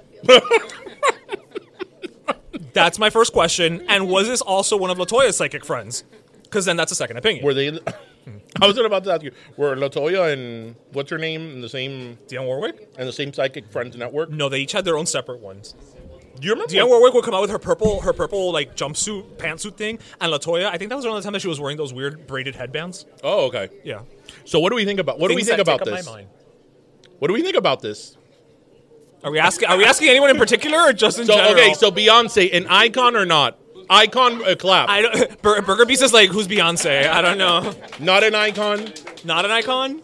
E: that's my first question. And was this also one of Latoya's psychic friends? Because then that's a second opinion.
D: were they? I was about to ask you. Were Latoya and what's her name in the same
E: Dionne Warwick?
D: and the same psychic friends network?
E: No, they each had their own separate ones.
D: Do you remember?
E: Dionne Warwick would come out with her purple, her purple like jumpsuit, pantsuit thing, and Latoya. I think that was around the time that she was wearing those weird braided headbands.
D: Oh, okay.
E: Yeah.
D: So what do we think about? What do we
E: Things
D: think
E: that take
D: about
E: up my
D: this?
E: mind.
D: What do we think about this?
E: Are we asking? Are we asking anyone in particular, or just in
D: So
E: general?
D: okay, so Beyonce, an icon or not? Icon uh, clap.
E: I don't. Bur- Burger Beast is like, who's Beyonce? I don't know.
D: not an icon.
E: Not an icon.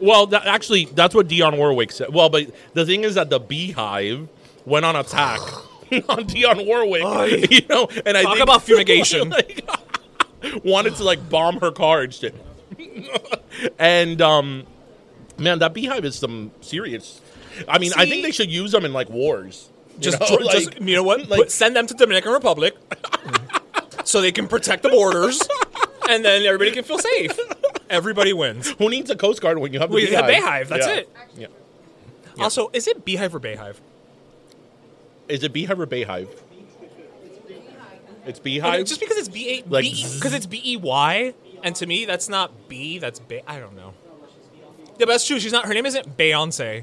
D: Well, that, actually, that's what Dionne Warwick said. Well, but the thing is that the Beehive went on attack on Dionne Warwick. You know, and I
E: Talk
D: think,
E: about fumigation.
D: like, wanted to like bomb her car and shit. and um, man, that Beehive is some serious. I mean, I
E: See-
D: think they should use them in like wars. you
E: Just,
D: know,
E: dr- just-
D: like-
E: you know what?
D: like-
E: Put- send them to Dominican Republic so they can protect the borders, and then everybody can feel safe. Everybody wins.
D: Who needs a Coast Guard when you have the
E: We
D: Beehive?
E: have Bayhive. That's
D: Yeah.
E: it.
D: Yeah.
E: Also, is it Beehive or Bayhive?
D: Is it Beehive or Bayhive? It's
E: Okay,
D: Beehive.
E: just because it's B A
D: Like
E: because it's B E Y, and to me that's not B. That's Bay. I don't know. Yeah, but that's true. She's not. Her name isn't Beyonce.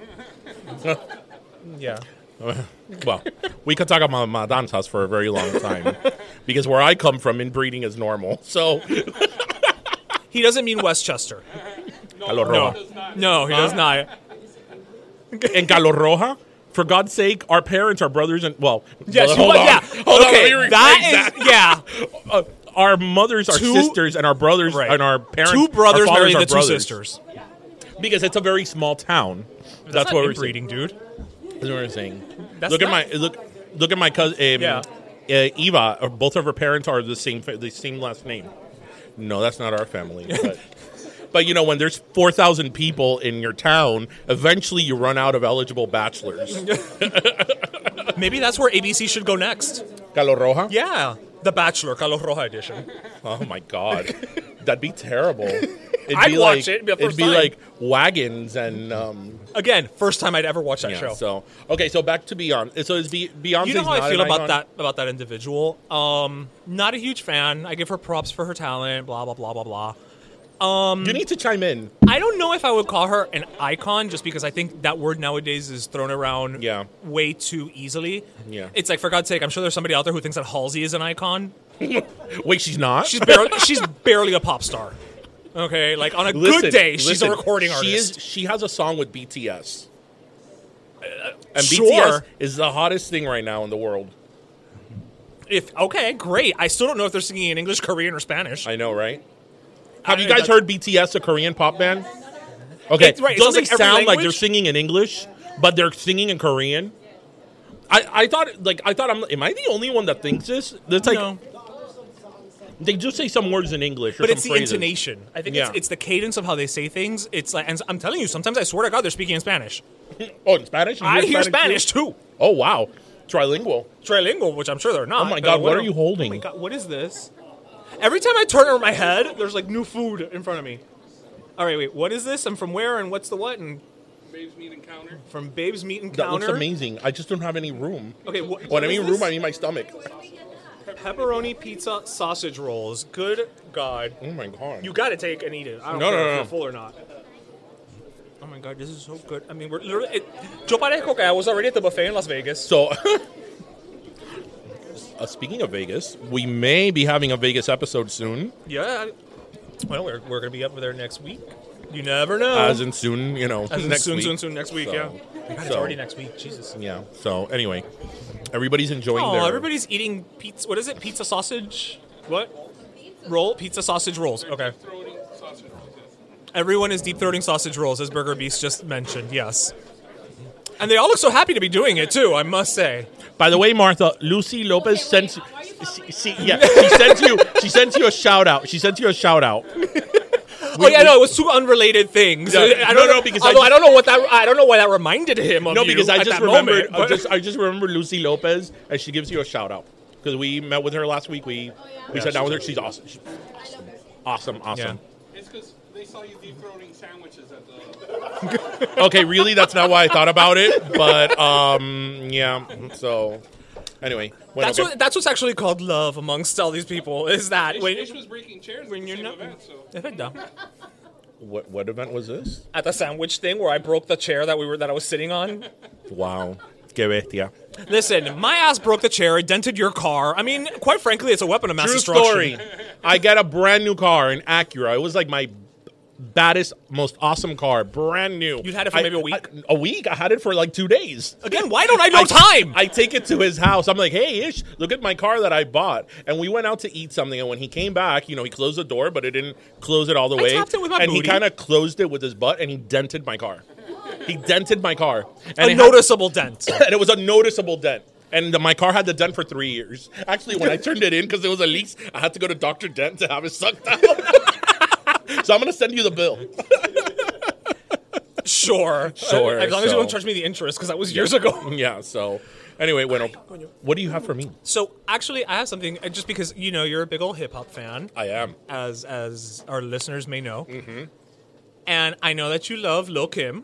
E: yeah.
D: well, we could talk about Madame's house for a very long time because where I come from, inbreeding is normal. So,
E: He doesn't mean Westchester.
D: Calo
E: No,
D: Roja.
E: no, he does not.
D: And Calo Roja, for God's sake, our parents, our brothers, and well,
E: Yes, you
D: hold
E: are-
D: on.
E: yeah.
D: hold
E: Okay,
D: on, let me rephrase
E: that is-
D: that. Uh, our mothers, our
E: Two-
D: sisters, and our brothers,
E: Right.
D: and our parents,
E: Two brothers
D: our fathers,
E: marrying
D: our
E: the two
D: brothers.
E: sisters.
D: because it's a very small town. That's,
E: That's,
D: what
E: what
D: we're saying.
E: breeding, dude.
D: That's what we're saying.
E: That's
D: look
E: not-
D: at my look. Look at my cousin. Um,
E: Yeah.
D: uh, Eva. uh, Both of her parents are the same. fa- The same last name. No, that's not our family. But, but you know, when there's four thousand people in your town, eventually you run out of eligible bachelors.
E: Maybe that's where ABC should go next.
D: Calo Roja.
E: Yeah, The Bachelor, Carlos Roja edition.
D: Oh my god, that'd be terrible. It'd
E: I'd
D: be like,
E: watch it. It'd be a first time.
D: like wagons and um,
E: Again, first time I'd ever watch that
D: yeah,
E: show.
D: So okay, so back to Beyond. So is Be- Beyonce?
E: you know how
D: not
E: I feel
D: an
E: about
D: icon?
E: that about that individual. Um, not a huge fan. I give her props for her talent. Blah blah blah blah blah.
D: You need to chime in.
E: I don't know if I would call her an icon just because I think that word nowadays is thrown around
D: Yeah.
E: way too easily.
D: Yeah.
E: It's like for God's sake, I'm sure there's somebody out there who thinks that Halsey is an icon.
D: Wait, she's not.
E: She's barely she's barely a pop star. Okay, like on a
D: Listen,
E: good day, she's a
D: listen,
E: recording artist.
D: She is. She has a song with BTS. And
E: sure.
D: BTS is the hottest thing right now in the world.
E: If okay, great. I still don't know if they're singing in English, Korean, or Spanish.
D: I know, right? Have
E: I-
D: you guys
E: that's-
D: heard BTS, a Korean pop band? Okay,
E: It's right, it
D: does they
E: sounds like every
D: sound like they're
E: language.
D: singing in English, but they're singing in Korean? I, I thought like I thought I'm am I the only one that thinks this? That's like
E: No.
D: they do say some words in English, or
E: But
D: some
E: it's the
D: phrases.
E: intonation. I think
D: Yeah.
E: it's, it's the cadence of how they say things. It's like, and s- I'm telling you, sometimes I swear to God, they're speaking in Spanish.
D: Oh, in Spanish. You
E: I hear
D: Spanish
E: Spanish too.
D: too? Oh wow, trilingual.
E: Trilingual, which I'm sure they're not.
D: Oh my
E: but
D: God, what
E: am-
D: are you holding?
E: Oh my God, what is this? Every time I turn over my head, there's like new food in front of me. All right, wait, what is this? And from where? And what's the what? And from Babe's Meat and
D: That
E: Counter.
D: looks amazing. I just don't have any room.
E: Okay, what,
D: When I
E: what is
D: mean room,
E: this?
D: I mean my stomach.
E: pepperoni pizza sausage rolls. Good God,
D: Oh my god.
E: you got to take and eat it. I don't
D: No,
E: care
D: no,
E: if
D: no.
E: you're full or not. Oh my God, this is so good. I mean, we're literally. It, yo parezco que I was already at the buffet in Las Vegas.
D: So, uh, speaking of Vegas, we may be having a Vegas episode soon.
E: Yeah. I- Well, we're, we're going to be up there next week. You never know.
D: As in soon, you know,
E: Oh. As in
D: next
E: soon,
D: week.
E: soon, soon, next week,
D: So-
E: yeah. God, it's
D: so,
E: already next week. Jesus.
D: Yeah. So anyway, everybody's enjoying
E: Oh,
D: their.
E: everybody's eating pizza. What is it? Pizza sausage? What? Roll? Pizza sausage rolls. Okay. Everyone is deep throating sausage rolls, as Burger Beast just mentioned, yes. And they all look so happy to be doing it, too, I must say.
D: By the way, Martha, Lucy Lopez sends. She, she- yeah, she sends you. She sends you a shout out. She sends you a shout out.
E: oh, yeah, no, it was two unrelated things.
D: Yeah.
E: I don't
D: No, no,
E: know,
D: because I
E: although I,
D: just-
E: don't know what that I don't know why that reminded him of
D: No,
E: you
D: because I
E: at
D: just
E: that moment,
D: remembered. I
E: but-
D: just I just remember Lucy Lopez, and she gives you a shout out because we met with her last week. We we sat down with her. She's awesome. She's awesome. Awesome. Awesome.
C: It's because they saw you deep throating sandwiches at the.
D: okay, really, that's not why I thought about it, but um, yeah. So, anyway, bueno,
E: that's
D: que-
E: what that's what's actually called love amongst all these people is that when
C: breaking chairs
E: when you're not Perfecto.
D: what what event was this?
E: at the sandwich thing where I broke the chair that we were that I was sitting on.
D: Wow, que bestia!
E: Listen, my ass broke the chair, it dented your car. I mean, quite frankly, it's a weapon of mass
D: True
E: destruction.
D: story. I got a brand new car, an Acura. It was like my baddest, most awesome car, brand new.
E: You'd had it for
D: I-
E: maybe a week?
D: I- A week? I had it for like two days.
E: Again, why don't I know time?
D: I take it to his house. I'm like, hey, Ish, look at my car that I bought. And we went out to eat something. And when he came back, you know, he closed the door, but it didn't close it all the
E: I
D: way.
E: tapped it with my
D: and
E: booty.
D: he kind of closed it with his butt and he dented my car. He dented my car. And
E: a
D: it had-
E: noticeable dent.
D: and it was a noticeable dent. And the- my car had the dent for three years. Actually, when I turned it in because there was a leak, I had to go to Doctor Dent to have it sucked out. so I'm gonna send you the bill.
E: Sure.
D: Sure,
E: As long as you
D: so-
E: don't charge me the interest, because that was years ago.
D: Yeah. So anyway, bueno, what do you have for me?
E: So actually, I have something uh, just because you know you're a big old hip hop fan,
D: I am.
E: as as our listeners may know, mm-hmm. and I know that you love Lil Kim.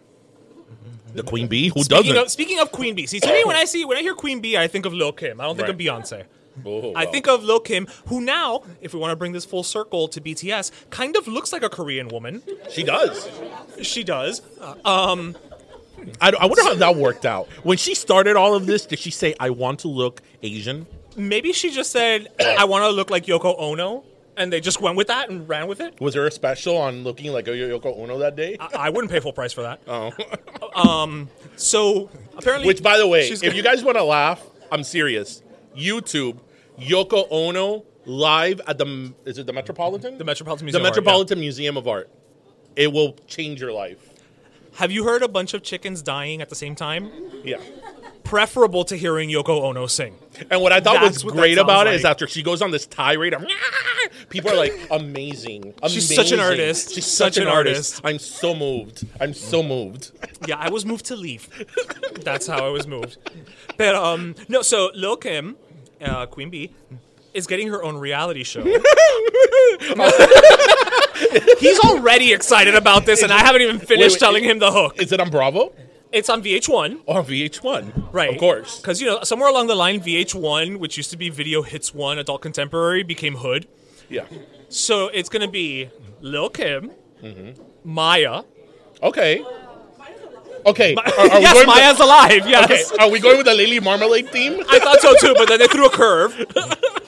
D: The Queen Bee. Who
E: Speaking
D: doesn't?
E: of, speaking of Queen Bee, see to me when I see when I hear Queen Bee, I think of Lil Kim. I don't think of
D: Right.
E: Beyonce.
D: Oh,
E: I
D: wow.
E: think of Lil Kim, who now, if we want to bring this full circle to BTS, kind of looks like a Korean woman.
D: she does.
E: She does. Uh,
D: I, I wonder how that worked out. When she started all of this, did she say, "I want to look Asian"?
E: maybe she just said, "I want to look like Yoko Ono," and they just went with that and ran with it.
D: Was there a special on looking like a Yoko Ono that day?
E: I, I wouldn't pay full price for that. Oh. um. So apparently,
D: Which, by the way,
E: she's
D: if you
E: gonna-
D: guys want to laugh, I'm serious. YouTube, Yoko Ono live at the is it the Metropolitan?
E: The Metropolitan Museum
D: The
E: of Art,
D: Metropolitan Museum of Art. It will change your life.
E: have you heard a bunch of chickens dying at the same time?
D: Yeah.
E: Preferable to hearing Yoko Ono sing.
D: And what I thought
E: That's
D: was
E: what that
D: great
E: sounds
D: about it is
E: like.
D: after she goes on this tirade, of, people are like, amazing, amazing.
E: She's such an artist.
D: She's
E: Such
D: such,
E: an
D: an artist.
E: artist.
D: I'm so moved. I'm so moved.
E: yeah, I was moved to leave. That's how I was moved. But um, no. So Lil Kim, uh, Queen Bee, is getting her own reality show. He's already excited about this, and I haven't even finished
D: wait,
E: telling him the hook.
D: Is it on Bravo
E: It's on VH1,
D: or on VH1?
E: right?
D: Of course.
E: because you know somewhere along the line, VH1, which used to be Video Hits One, Adult Contemporary, became Hood.
D: Yeah.
E: So it's gonna be Lil Kim,
D: Mm-hmm.
E: Maya.
D: Okay. Okay. Are, are we
E: yes,
D: going
E: Maya's alive. Yes.
D: Okay, are we going with the Lily Marmalade theme?
E: I thought so too, but then they threw a curve.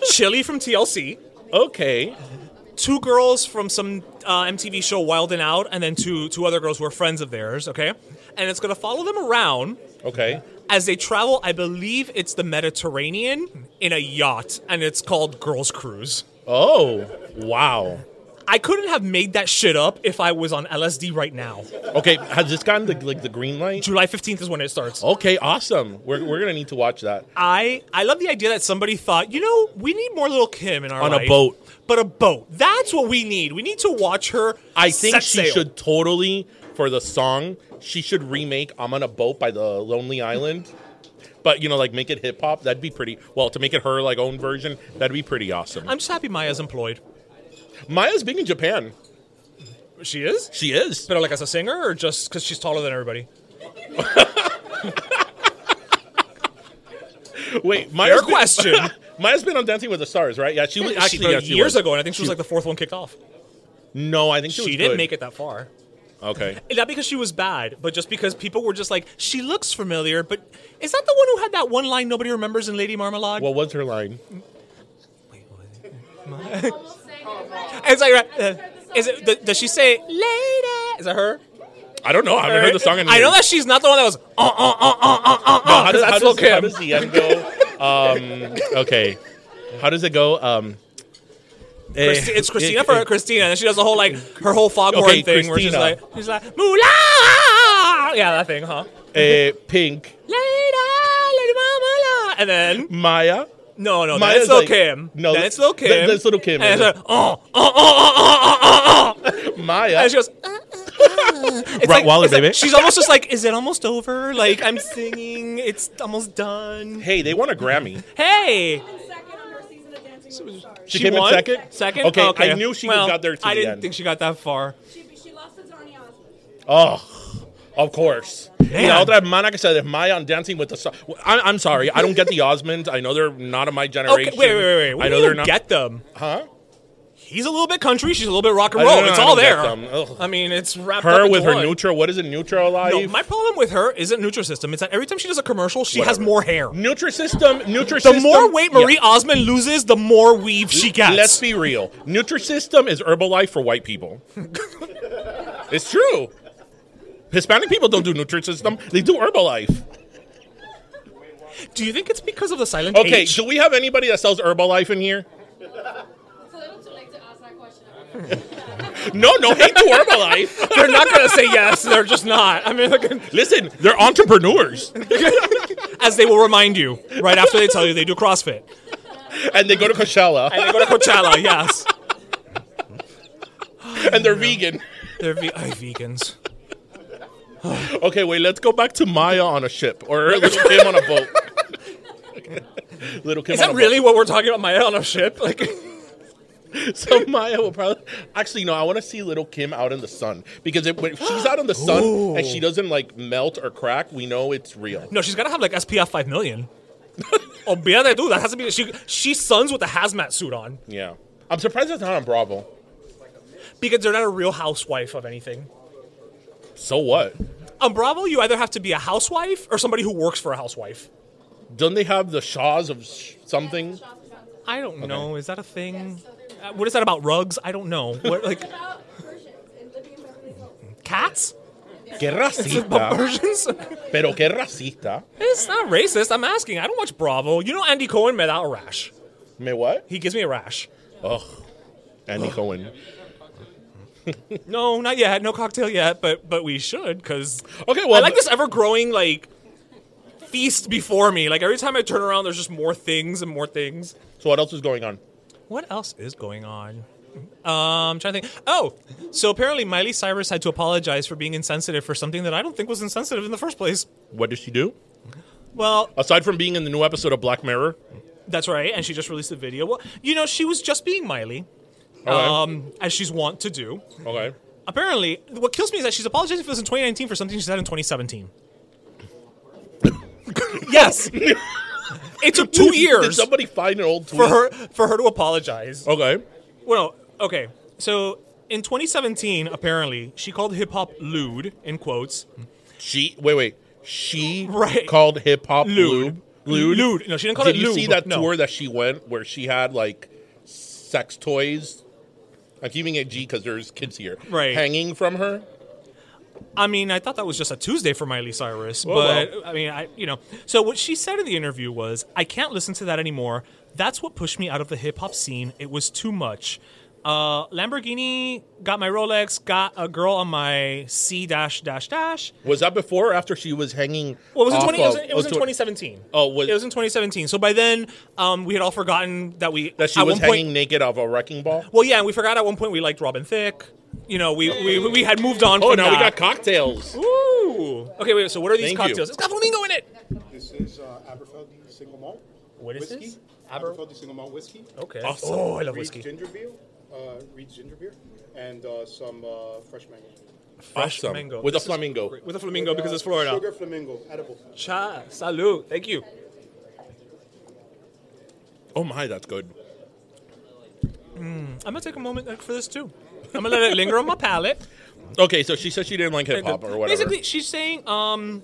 E: Chili from TLC,
D: Okay.
E: two girls from some uh, MTV show Wild and Out, and then two two other girls who are friends of theirs. Okay, and it's gonna follow them around
D: Okay.
E: as they travel. I believe it's the Mediterranean in a yacht, and it's called Girls Cruise.
D: Oh, wow.
E: I couldn't have made that shit up if I was on LSD right now.
D: Okay, has this gotten the, like the green light?
E: July 15th is when it starts.
D: Okay, awesome. We're, we're gonna need to watch that.
E: I I love the idea that somebody thought, you know, we need more little Kim in our
D: On a
E: life,
D: boat.
E: but a boat. That's what we need. We need to watch her.
D: I think
E: set
D: she
E: sail.
D: should totally for the song. She should remake "I'm on a boat" by the Lonely Island, but you know, like make it hip hop. That'd be pretty. Well, to make it her like own version, that'd be pretty awesome.
E: I'm just happy Maya's employed.
D: Maya's big in Japan.
E: She is,
D: She is.
E: but like as a singer, or just because she's taller than everybody.
D: Wait, Maya's been-
E: question.
D: Maya's been on Dancing with the Stars, right? Yeah, she was
E: She-
D: actually yeah, she
E: years
D: was.
E: ago, and I think she was like the fourth one kicked off.
D: No, I think she,
E: She
D: was
E: didn't
D: good.
E: make it that far.
D: Okay.
E: Not because she was bad, but just because people were just like, she looks familiar, but is that the one who had that one line nobody remembers in Lady Marmalade?
D: What was her line?
E: It's like, uh, is it? th- does she say "lady"? Is that her?
D: I don't know. I haven't heard the song. In
E: I know
D: years.
E: that she's not the one that was uh uh uh uh uh uh. uh
D: how,
E: 'cause
D: does, how,
E: that's Lil'
D: does, how
E: Kim.
D: does the end go? Um, okay. How does it go? Um, eh,
E: Christi- it's Christina
D: eh,
E: for
D: eh,
E: Christina, and she does the whole like her whole foghorn
D: Okay,
E: thing where she's
D: Christina.
E: like, she's like moolah, yeah, that thing, huh?
D: eh, Pink
E: Lady, lady mama, la. and then
D: Maya.
E: no, no, then
D: Maya's
E: it's Lil
D: like-
E: Kim.
D: no,
E: then it's Lil
D: that-
E: Kim.
D: that's Lil' Kim,
E: And it's
D: yeah.
E: like, uh, uh, uh, uh, uh, uh, uh, uh.
D: Maya.
E: And she goes, uh, uh, uh. It's
D: Right, Waller,
E: it's like-
D: baby.
E: she's almost just like, is it almost over? Like, I'm singing, it's almost done.
D: hey, they won a Grammy.
E: Hey!
D: She, came
E: won?
D: in second.
E: Second?
D: Okay,
E: Oh,
D: I knew she
E: well,
D: got there. To
E: I
D: the
E: didn't
D: end.
E: think she got that far.
D: Oh, of course. Y
E: Man.
D: la otra hermana que se desmaya on Dancing with the Stars. I, I'm sorry, I don't get the Osmonds. I know they're not of my
E: Okay,
D: generation.
E: wait, wait, wait, wait. We
D: I
E: I
D: know they're not.
E: get them.
D: huh?
E: He's a little bit country, she's a little bit rock and
D: I don't
E: roll.
D: know,
E: It's
D: I
E: all
D: don't get
E: there.
D: them. Ugh.
E: I mean, it's wrapped up
D: Her
E: into
D: with her
E: one.
D: neutral. What is it? Neutral life.
E: No, my problem with her isn't Nutrisystem. It's that every time she does a commercial, she has
D: Whatever.
E: more hair.
D: Nutrisystem.
E: The
D: Nutrisystem.
E: more weight Marie
D: Yeah.
E: Osmond loses, the more weave she gets.
D: Let's be real. Nutrisystem is Herbalife for white people. it's true. Hispanic people don't do Nutrisystem. They do Herbalife.
E: Do you think it's because of the silent
D: Okay,
E: H?
D: do we have anybody that sells Herbalife in here? No, no hate to Herbalife.
E: they're not going to say yes. They're just not. I mean, like,
D: Listen, they're entrepreneurs
E: as they will remind you right after they tell you they do CrossFit.
D: and they go to Coachella
E: And they go to Coachella, yes.
D: and they're vegan.
E: They're ve- ay, vegans.
D: Okay, wait, let's go back to Maya on a ship or Little Kim on a boat. Little Kim
E: Is
D: on
E: that
D: a
E: really what we're talking about, Maya on a ship? Like,
D: boat. So Maya will probably actually no. I want to see Little Kim out in the sun because if, when she's out in the sun and she doesn't like melt or crack, we know it's real.
E: no, she's got to have like SPF 5 million. Oh, Obviamente, dude, that has to be. She, she suns with a hazmat suit on
D: Yeah, I'm surprised it's not on Bravo.
E: because they're not a real housewife of anything.
D: So what?
E: On Bravo, you either have to be a housewife or somebody who works for a housewife.
D: Don't they have the Shaws of sh- something?
E: I don't know. Is that a thing? Uh, what is that about rugs? I don't know. What, like cats?
D: Qué
E: About
D: racista.
E: Persians?
D: Pero qué racista.
E: it's not racist. I'm asking. I don't watch Bravo. You know, Andy Cohen made out a rash.
D: Me what?
E: He gives me a rash.
D: Ugh. Andy Cohen.
E: No, not yet. No cocktail yet. But but we should because
D: Okay, well,
E: I like
D: but-
E: this ever growing like feast before me. Like every time I turn around, there's just more things and more things.
D: So what else is going on?
E: What else is going on? Um, trying to think. Oh, so apparently Miley Cyrus had to apologize for being insensitive for something that I don't think was insensitive in the first place.
D: What does she do?
E: Well,
D: Aside from being in the new episode of Black Mirror.
E: that's right, and she just released a video. Well, you know, she was just being Miley,
D: Okay.
E: um, as she's wont to do.
D: okay.
E: Apparently, what kills me is that she's apologizing for this in 2019 for something she said in 2017. yes, it took two
D: Did
E: years
D: somebody find an old tweet?
E: for her for her to apologize.
D: Okay.
E: Well, okay. So in 2017, apparently, she called hip hop lewd in quotes.
D: She wait wait. She
E: Right.
D: called hip hop lube.
E: Lewd. Lewd. No, she didn't call
D: Did
E: it
D: you
E: lube.
D: see that
E: No.
D: tour that she went where she had like sex toys? I'm keeping it G because there's kids here.
E: Right.
D: Hanging from her.
E: I mean, I thought that was just a Tuesday for Miley Cyrus,
D: Well,
E: but I mean, I you know. So what she said in the interview was, "I can't listen to that anymore. That's what pushed me out of the hip hop scene. It was too much." Uh, Lamborghini got my Rolex, got a girl on my C dash dash dash.
D: Was that before or after she was hanging?
E: Well, it was in
D: off
E: twenty. It was,
D: of-
E: it was in
D: tw-
E: twenty seventeen.
D: Oh, was-
E: it was in twenty seventeen. So by then, um, we had all forgotten that we
D: That she
E: at
D: was
E: one point-
D: hanging naked off a wrecking ball.
E: Well, yeah, and we forgot at one point we liked Robin Thicke. You know, we we, we had moved on.
D: Oh,
E: from
D: now we got
E: that.
D: cocktails.
E: Ooh. Okay, wait. So what are these
D: Thank you.
E: cocktails? It's got flamingo in it.
G: This is uh, Aberfeldy single malt.
E: What is
G: whiskey.
E: this? Aber-
G: Aberfeldy single malt whiskey.
E: Okay. Oh, I love
G: Reed's
E: whiskey.
G: Ginger beer, uh, Reed's ginger beer, and uh, some uh, fresh mango.
E: Fresh
D: Awesome.
E: mango
D: With a
E: This is
D: flamingo.
E: great. With a flamingo because
G: Uh,
E: it's Florida.
G: Sugar flamingo, edible.
E: Cha, salud. Thank you.
D: Oh my, that's good.
E: I'm gonna take a moment like, for this too. I'm gonna let it linger on my palate.
D: Okay, so she said she didn't like hip hop or whatever.
E: Basically, she's saying um,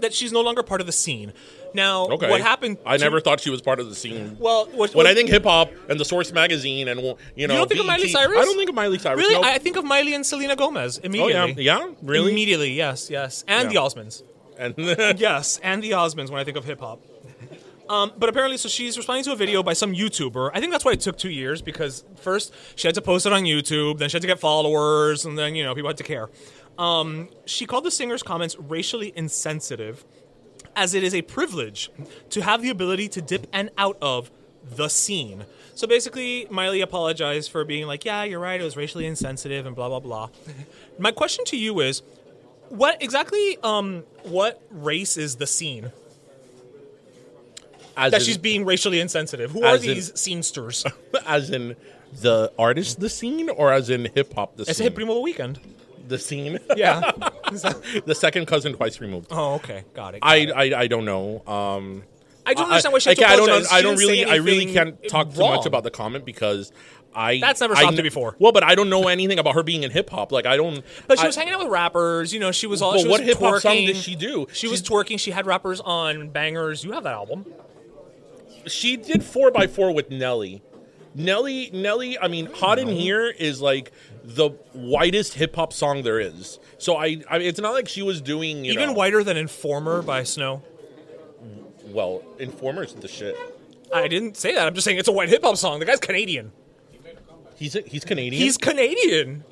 E: that she's no longer part of the scene. Now,
D: okay.
E: what happened?
D: I
E: to-
D: never thought she was part of the scene.
E: Well, what,
D: when I think hip hop and the Source magazine and you know,
E: you don't think of
D: BET
E: Miley Cyrus?
D: E I don't think of Miley Cyrus.
E: Really,
D: no.
E: I I think of Miley and Selena Gomez
D: oh
E: immediately.
D: yeah, yeah, really.
E: Immediately, yes, yes, and
D: Yeah.
E: the Osmonds.
D: And
E: Yes, and the Osmonds when I think of hip hop. Um, but apparently, so she's responding to a video by some YouTuber. I think that's why it took two years because first she had to post it on YouTube, then she had to get followers, and then, you know, people had to care. Um, she called the singer's comments racially insensitive, as it is a privilege to have the ability to dip and out of the scene. So basically, Miley apologized for being like, yeah, you're right, it was racially insensitive, and blah, blah, blah. My question to you is what exactly um what race is the scene
D: as
E: that
D: in-
E: she's being racially insensitive who are
D: as in-
E: these scenesters
D: as in the artist, the scene, or as in hip hop, the
E: it's a
D: scene,
E: hit primo the weekend
D: the scene,
E: yeah
D: the second cousin twice removed.
E: oh okay got it got
D: I,
E: it.
D: I I don't know. Um,
E: I don't understand why she had to
D: okay, I don't.
E: apologize.
D: I
E: She
D: don't
E: didn't
D: really.
E: say
D: I really
E: anything
D: can't talk too
E: wrong.
D: much about the comment because I.
E: That's never
D: I
E: stopped
D: kn-
E: me before.
D: Well, but I don't know anything about her being in hip hop. Like I don't.
E: but she
D: I-
E: was hanging out with rappers you know she was all
D: Well,
E: she
D: what
E: was
D: hip hop song
E: twerking.
D: did she do?
E: she was
D: She's-
E: twerking she had rappers on bangers you have that album
D: She did four by four with Nelly. Nelly, Nelly. I mean, "Hot in Here" is like the whitest hip hop song there is. So I, I, it's not like she was doing you
E: even
D: know,
E: whiter than informer by snow
D: Well, Informer's the shit.
E: i didn't say that i'm just saying it's a white hip-hop song the guy's canadian
D: He's he's Canadian.
E: he's canadian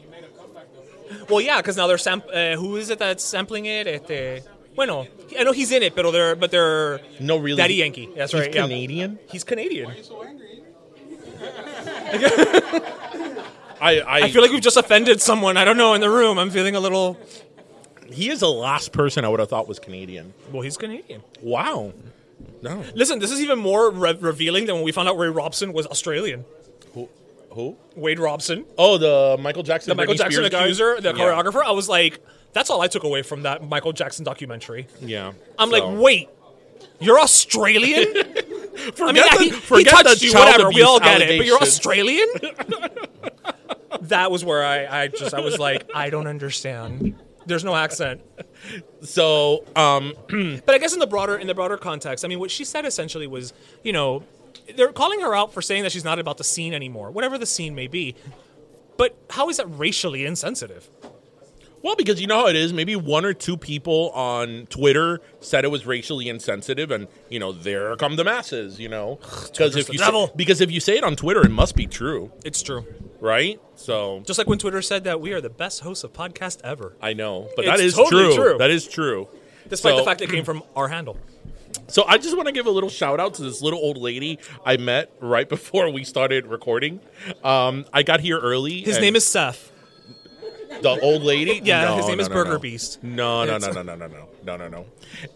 E: well yeah because now they're sam- uh, who is it that's sampling it Este- bueno i know he's in it but they're but they're
D: no really
E: Daddy Yankee. That's
D: he's
E: right, yeah.
D: Canadian.
E: He's Canadian.
D: I, I
E: I feel like we've just offended someone. I don't know in the room. I'm feeling a little.
D: he is the last person I would have thought was Canadian.
E: Well, he's Canadian.
D: Wow. No.
E: Listen, this is even more re- revealing than when we found out Ray Robson was Australian.
D: Who? Who?
E: Wade Robson,
D: Oh, the Michael Jackson.
E: the Michael
D: Britney
E: Jackson
D: Spears guy?
E: accuser, the
D: Yeah.
E: choreographer. I was like, that's all I took away from that Michael Jackson documentary.
D: Yeah.
E: I'm
D: So-
E: like, wait, you're Australian? I mean,
D: Forget
E: yeah,
D: the-
E: he, he
D: forget
E: touched
D: the
E: you,
D: child
E: whatever. We
D: abuse
E: all get it, but you're
D: allegation.
E: Australian. that was where I, I just, I was like, I don't understand. There's no accent.
D: So, um,
E: But I guess in the broader in the broader context, I mean, what she said essentially was, you know, they're calling her out for saying that she's not about the scene anymore, whatever the scene may be. But how is that racially insensitive?
D: well, because you know how it is. Maybe one or two people on Twitter said it was racially insensitive, and you know, there come the masses. You know, because if
E: the
D: you
E: devil.
D: say, because if you say it on Twitter, it must be true,
E: It's true.
D: right? So
E: Just like when Twitter said that we are the best hosts of podcast ever,
D: I know, but
E: It's
D: that is
E: totally
D: true.
E: true.
D: That is true.
E: despite the
D: So-
E: fact that it came from our handle.
D: So I just want to give a little shout out to this little old lady I met right before we started recording. Um, I got here early.
E: His
D: and
E: name is Seth.
D: the old lady.
E: Yeah,
D: No,
E: his name
D: no,
E: is
D: no,
E: Burger
D: no.
E: Beast.
D: No, no, no,
E: It's-
D: no, no, no, no, no, no,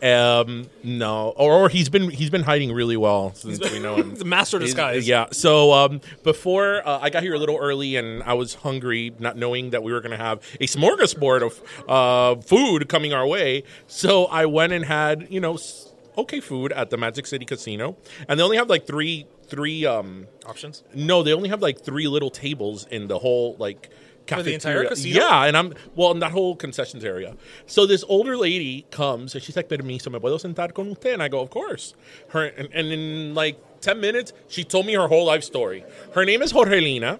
D: no. Um, no, or, or he's been he's been hiding really well since we know him.
E: The master of
D: He's-
E: disguise.
D: Yeah. So um, before uh, I got here a little early and I was hungry, not knowing that we were going to have a smorgasbord of uh, food coming our way. So I went and had, you know, s- okay food at the Magic City Casino. And they only have like three, three, um,
E: Options.
D: no, they only have like three little tables in the whole like
E: For
D: cafeteria.
E: the entire casino?
D: Yeah, and I'm well in that whole concessions area. So this older lady comes and she's like, "Permiso, me puedo sentar con usted?" And I go, "Of course." Her and, and in like ten minutes, she told me her whole life story. Her name is Jorgelina.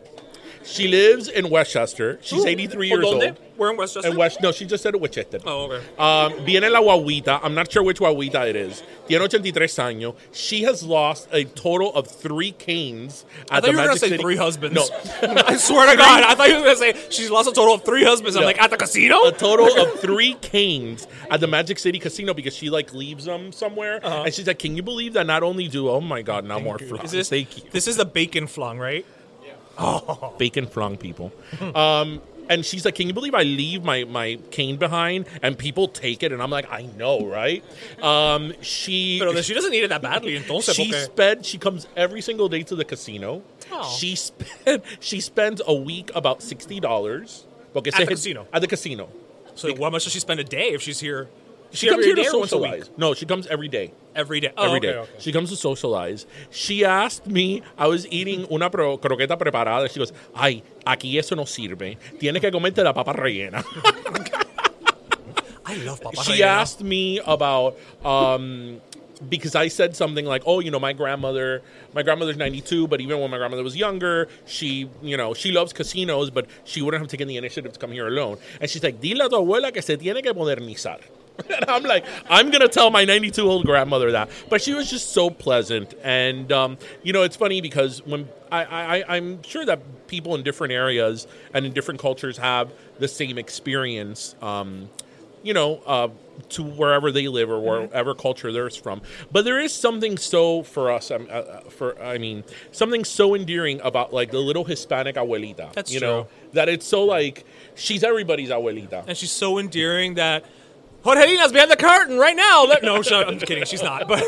D: She lives in Westchester. She's 83 years
E: ¿Dónde?
D: old.
E: We're in Westchester.
D: And West, no, she just said it Westchester.
E: Oh, okay.
D: Um, viene la guaguita. I'm not sure which guaguita it is. Tiene 83 años. She has lost a total of three canes at
E: I
D: the
E: thought you were
D: Magic
E: gonna say
D: City-
E: three husbands.
D: No,
E: I swear to God, I thought you were gonna say she's lost a total of three husbands. I'm
D: No.
E: like at the casino.
D: a total of three canes at the Magic City Casino because she like leaves them somewhere, and she's like, "Can you believe that? Not only do oh my god, now more flies.
E: Uh-huh. Is this
D: Thank you,
E: this is the bacon flung, right?
D: bacon flung people."
E: Hmm.
D: um, and she's like, "Can you believe I leave my my cane behind and people take it?" And I'm like, "I know, right?" Um, she
E: Pero she doesn't need it that badly. Entonces,
D: she
E: porque-
D: sped. She comes every single day to the casino.
E: Oh.
D: She spend. She spends a week about sixty dollars.
E: At the casino.
D: At the casino.
E: so how much does she spend a day if she's here?
D: She comes here
E: every
D: to
E: day or once a week?
D: socialize. No, she comes every day.
E: Every day. Oh,
D: Every day.
E: okay, okay.
D: She comes to socialize. She asked me, I was eating una pro- croqueta preparada. She goes, ay, aquí eso no sirve. Tienes que comerte la papa rellena.
E: I love Papa.
D: she
E: Relleno.
D: asked me about um because I said something like, "Oh, you know, my grandmother, my grandmother's 92, but even when my grandmother was younger, she, you know, she loves casinos, but she wouldn't have taken the initiative to come here alone." And she's like, "Dile a tu abuela que se tiene que modernizar." And I'm like, I'm gonna tell my 92 old grandmother that. But she was just so pleasant, and um, you know, it's funny because when I, I, I- I'm sure that people in different areas and in different cultures have the same experience. Um, you know, uh, to wherever they live or
E: Mm-hmm.
D: wherever culture they're from. But there is something so for us, um, uh, uh, for I mean, something so endearing about like the little Hispanic abuelita.
E: That's
D: you
E: true.
D: know that it's so like she's everybody's abuelita.
E: and she's so endearing that Jorgelina's behind the curtain right now. Let- no, shut, I'm kidding. She's not. But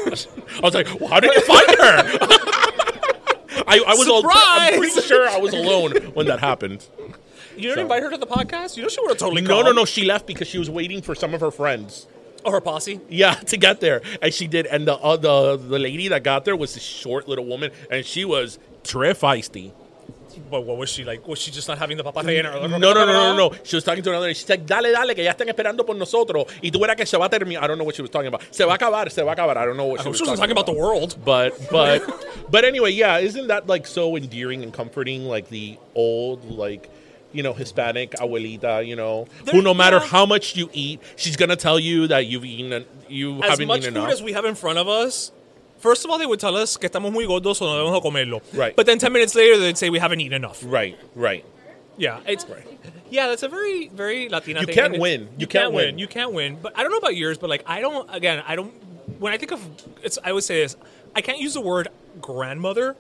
D: I was like, well, how did you find her? I, I was all, I'm pretty
E: Surprise!
D: sure I was alone when that happened.
E: you didn't invite her to the podcast. You know she would have totally.
D: No, no,
E: come.
D: no. She left because she was waiting for some of her friends.
E: Or her posse.
D: Yeah, to get there, and she did. And the uh, the the lady that got there was this short little woman, and she was très feisty.
E: But what was she like? Was she just not having the Papa Relleno? or-
D: No, no, no, no, no. She was talking to another. lady. She's like, "Dale, dale, que ya están esperando por nosotros." Y tú verás que se va a terminar. I don't know what she was talking about. Se va a acabar. Se va a acabar. I don't know what
E: I
D: she was
E: hope she
D: talking
E: wasn't talking about the world.
D: But but but anyway, yeah. Isn't that like so endearing and comforting? Like the old like. You know, Hispanic abuelita. You know, who
E: There-
D: no matter
E: yeah.
D: how much you eat, she's gonna tell you that you've eaten, en- you
E: as
D: haven't
E: much
D: eaten
E: food
D: enough.
E: as we have in front of us, first of all, they would tell us que estamos muy gordos o no debemos comerlo.
D: Right.
E: But then 10 minutes later, they'd say we haven't eaten enough.
D: right, right.
E: Yeah, it's yeah, that's a very very Latina.
D: You
E: thing.
D: can't
E: and it-
D: win. You can't win.
E: You can't win. But I don't know about yours, but like I don't. Again, I don't. When I think of, it's I would say this. I can't use the word grandmother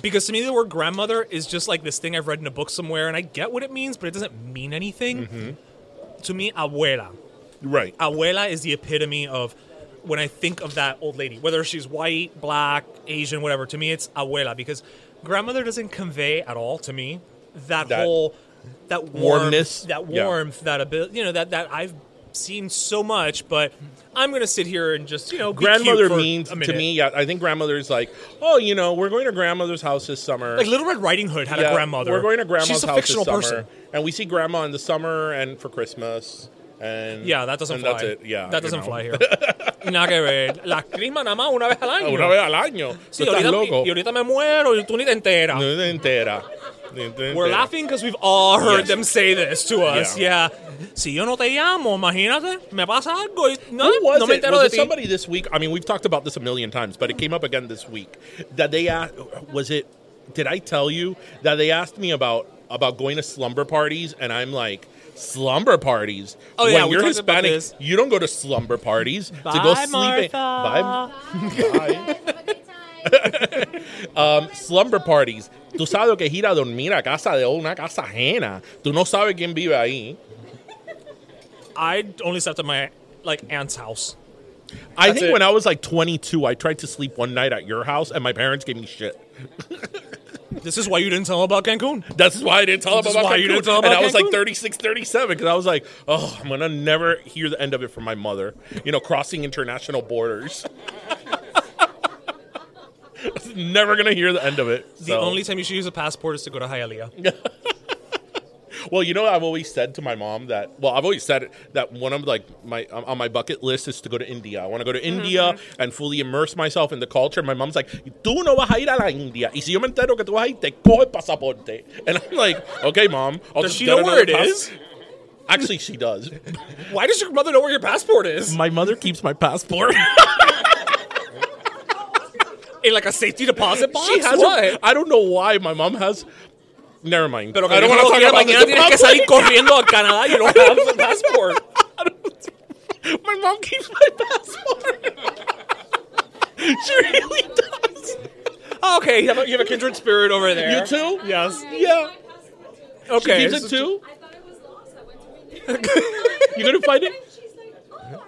E: because to me the word grandmother is just like this thing I've read in a book somewhere, and I get what it means, but it doesn't mean anything.
D: Mm-hmm.
E: To me, abuela.
D: Right. Uh,
E: abuela is the epitome of when I think of that old lady, whether she's white, black, Asian, whatever. To me, it's abuela because grandmother doesn't convey at all to me that,
D: That
E: whole that warmth,
D: warmness?
E: that
D: Yeah.
E: warmth, that ability. You know that that I've seen so much, but I'm gonna sit here and just you know be cute
D: grandmother
E: for
D: means
E: a
D: to
E: minute.
D: me. Yeah, I think grandmother is like, oh, you know, we're going to grandmother's house this summer.
E: Like Little Red Riding Hood had
D: Yeah,
E: a grandmother.
D: We're going to grandma's
E: She's a
D: house
E: fictional
D: this summer,
E: person.
D: and we see grandma in the summer and for Christmas. And
E: Yeah, that doesn't
D: and
E: fly.
D: That's it. Yeah,
E: that
D: you
E: doesn't
D: know.
E: fly here. Nada que ver. La crisma nada más una vez al año.
D: Una vez al año.
E: Sí,
D: Tú estás
E: ahorita-
D: loco.
E: y ahorita me muero y tú ni te enteras.
D: No, de entera. De entera.
E: We're laughing because we've all heard
D: Yes.
E: them say this to us.
D: Yeah.
E: Yeah. Si yo no te llamo, imagínate, me pasa algo y no,
D: Who was
E: no me
D: it?
E: entero
D: Was
E: de
D: it
E: ti.
D: somebody this week? I mean, we've talked about this a million times, but it came up again this week that they asked. Was it? Did I tell you that they asked me about about going to slumber parties? And I'm like, slumber parties.
E: Oh,
D: when
E: yeah, we
D: you're
E: talked about
D: Hispanic,
E: this.
D: you don't go to slumber parties to go
E: Bye,
D: sleep. in-
E: Martha.
D: Bye. um, slumber parties. Tú sabes lo que gira dormir a casa de una casa ajena. Tú no sabes quién vive ahí.
E: I only slept at my like aunt's house.
D: I
E: That's
D: think
E: it.
D: when I was like 22, I tried to sleep one night at your house, and my parents gave me shit.
E: This is why you didn't tell him about Cancun.
D: That's why I didn't tell them
E: This is
D: about
E: why
D: Cancun.
E: you didn't tell them
D: and
E: about
D: I was like
E: Cancun?
D: 36, 37, because I was like, oh, I'm going to never hear the end of it from my mother. You know, crossing international borders. never going to hear the end of it.
E: The only time you should use a passport is to go to Hialeah.
D: Well, you know, I've always said to my mom that. Well, I've always said it, that one of like my um, on my bucket list is to go to India. I want to go
E: Mm-hmm,
D: to India and fully immerse myself in the culture. My mom's like, "Tú no vas a ir a la India, y si yo me entero que tú vas a ir, te cojo el pasaporte." And I'm like, "Okay, mom." I'll
E: Does
D: just
E: she
D: get
E: know where
D: another
E: it
D: pass-
E: is?
D: Actually, she does.
E: Why does your mother know where your passport is?
D: my mother keeps my passport.
E: In like a safety deposit box?
D: She has.
E: what?
D: A, I don't know why my mom has. Never mind.
E: Pero
D: I don't
E: que
D: want to
E: Dios lo
D: talk
E: quiera,
D: about
E: mañana
D: this.
E: tienes que salir corriendo a Canadá. You don't have the passport.
D: My mom keeps my passport. she really does.
E: Okay, you have, a, you have a kindred spirit over there.
D: You too?
E: Yes.
D: Yeah. She
E: Okay.
D: keeps it too. You gonna find it? "Oh,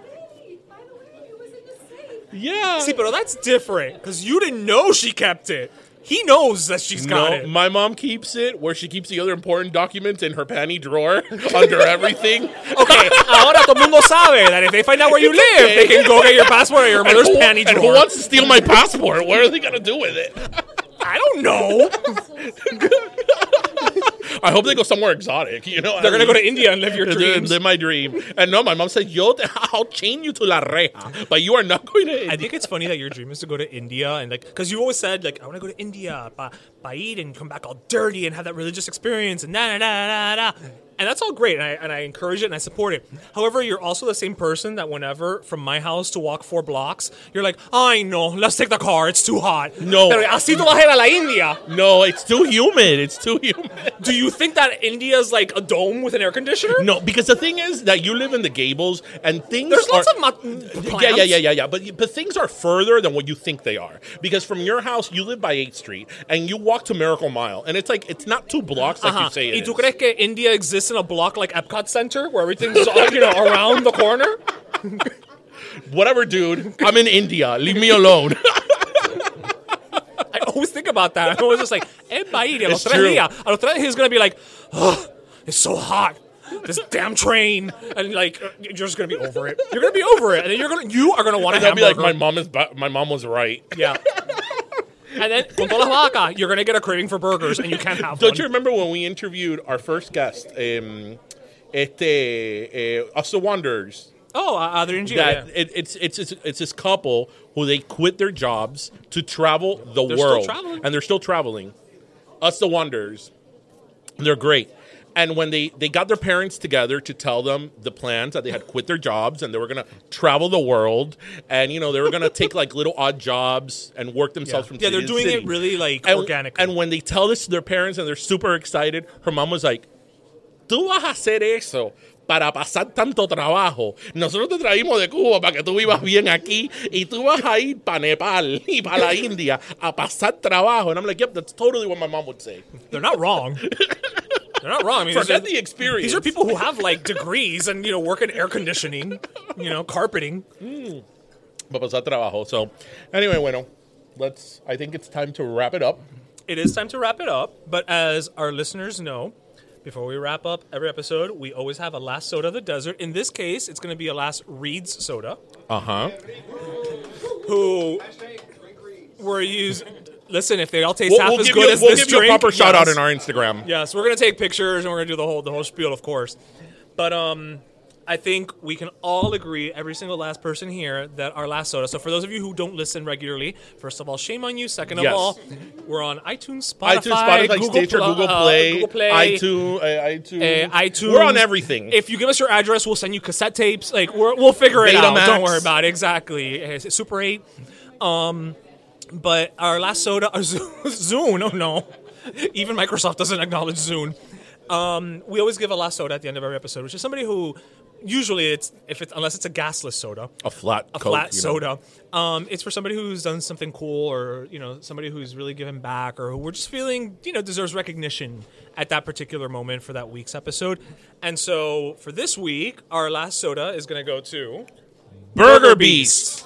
D: Yeah.
E: See, but that's different because you didn't know she kept it. He knows that she's got
D: no,
E: it.
D: my mom keeps it where she keeps the other important documents in her panty drawer under everything.
E: okay, ahora todo mundo sabe that if they find out where you
D: It's
E: live,
D: okay.
E: they can go get your passport or your
D: And
E: mother's
D: who-
E: panty
D: And who
E: drawer.
D: wants to steal my passport? What are they gonna do with it?
E: I don't know.
D: I hope they go somewhere exotic. You know,
E: They're gonna go to India and live your dreams.
D: Live my dream. And no, my mom said, "Yo, te- I'll chain you to la reja, but you are not going to."
E: I
D: India."
E: think it's funny that your dream is to go to India and like, because you always said like, I want to go to India, pa, pa eat and come back all dirty and have that religious experience and da da da da da. And that's all great, and I, and I encourage it and I support it. However, you're also the same person that whenever from my house to walk four blocks, you're like, I know, let's take the car, it's too hot.
D: No.
E: Pero así tú vas a ir a la India.
D: No, it's too humid. It's too humid.
E: Do you think that India's like a dome with an air conditioner?
D: No, because the thing is that you live in the Gables and things.
E: There's lots
D: are-
E: of mu-
D: Yeah, yeah,
E: plants.
D: yeah, yeah, yeah. But but things are further than what you think they are because from your house you live by Eighth Street and you walk to Miracle Mile and it's like it's not two blocks like you
E: Uh-huh.
D: say
E: ¿Y
D: it
E: tú
D: is.
E: crees que India exists in a block like Epcot Center where everything's all, you know around the corner?
D: Whatever, dude. I'm in India. Leave me alone.
E: I always think about that. I'm always just like, "Eh, va a ir a los
D: It's
E: tres
D: true.
E: días." A los tres, he's gonna be like, "Ugh, it's so hot. This damn train," and like, you're just gonna be over it. You're gonna be over it, and then you're gonna, you are gonna want to
D: I'll be
E: hamburger.
D: like, my mom is. Ba- my mom was right.
E: yeah. And then con todas las vacas, you're gonna get a craving for burgers, and you can't have
D: Don't
E: one.
D: you remember when we interviewed our first guest, um, este, uh, Us the Wanderers?
E: oh, uh, Adrian Gia.
D: That
E: yeah.
D: it, it's, it's it's it's this couple who they quit their jobs to travel the
E: They're still
D: world,
E: traveling.
D: and they're still traveling. Us the Wanderers, they're great. And when they they got their parents together to tell them the plans that they had quit their jobs and they were gonna travel the world, and you know they were gonna take like little odd jobs and work themselves from
E: Yeah, they're
D: city to
E: doing it
D: city.
E: really, like,
D: and,
E: organically.
D: And when they tell this to their parents and they're super excited, her mom was like, tú vas a hacer eso para pasar tanto trabajo. Nosotros te traímos de Cuba para que tú vivas bien aquí y tú vas a ir para Nepal y para la India a pasar trabajo. And I'm like, yep, that's totally what my mom would say.
E: They're not wrong. They're not wrong. I mean, these
D: Forget
E: are-
D: the experience.
E: These are people who have like degrees and you know work in air conditioning, you know carpeting.
D: Para pasar trabajo. So, anyway, bueno, let's, I think it's time to wrap it up.
E: It is time to wrap it up, but as our listeners know, before we wrap up every episode, we always have a last soda of the desert. In this case, it's going to be a last Reed's soda,
D: Uh-huh.
E: who we're using. Listen, if they all taste
D: We'll,
E: half
D: we'll
E: as
D: give,
E: good
D: you,
E: as
D: we'll
E: this
D: give you a
E: drink,
D: proper shout out
E: yes.
D: in our Instagram.
E: Yes, we're gonna take pictures and we're gonna do the whole the whole spiel, of course. But um, I think we can all agree, every single last person here, that our last soda. So for those of you who don't listen regularly, first of all, shame on you. Second of
D: Yes.
E: all, we're on iTunes, Spotify,
D: iTunes, Spotify,
E: Google,
D: Stitcher,
E: Pla-
D: Google
E: uh,
D: Play,
E: Google Play,
D: iTunes, uh, iTunes.
E: uh, iTunes.
D: We're on everything.
E: If you give us your address, we'll send you cassette tapes. Like we're, we'll figure it out.
D: Betamax.
E: Don't worry about it. Exactly. Uh, Super Eight. Um, but our last soda, uh, Zune. Oh no, even Microsoft doesn't acknowledge Zune. Um, we always give a last soda at the end of every episode, which is somebody who usually it's if it's unless it's a gasless soda
D: a flat
E: a
D: Coke,
E: flat
D: you know.
E: soda. Um, it's for somebody who's done something cool, or you know, somebody who's really given back, or who we're just feeling you know deserves recognition at that particular moment for that week's episode. And so for this week, our last soda is going to go to
D: Burger Beast.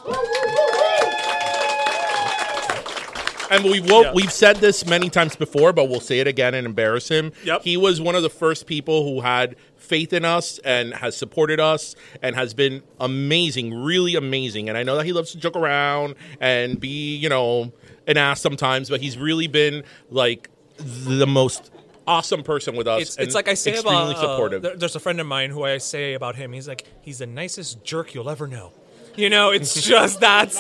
D: And we will,
E: Yeah.
D: we've said this many times before, but we'll say it again and embarrass him.
E: Yep.
D: He was one of the first people who had faith in us and has supported us and has been amazing, really amazing. And I know that he loves to joke around and be, you know, an ass sometimes, but he's really been like the most awesome person with us.
E: It's,
D: and
E: it's like I say
D: extremely
E: about uh,
D: supportive.
E: there- there's a friend of mine who I say about him. He's like he's the nicest jerk you'll ever know. You know, it's just that's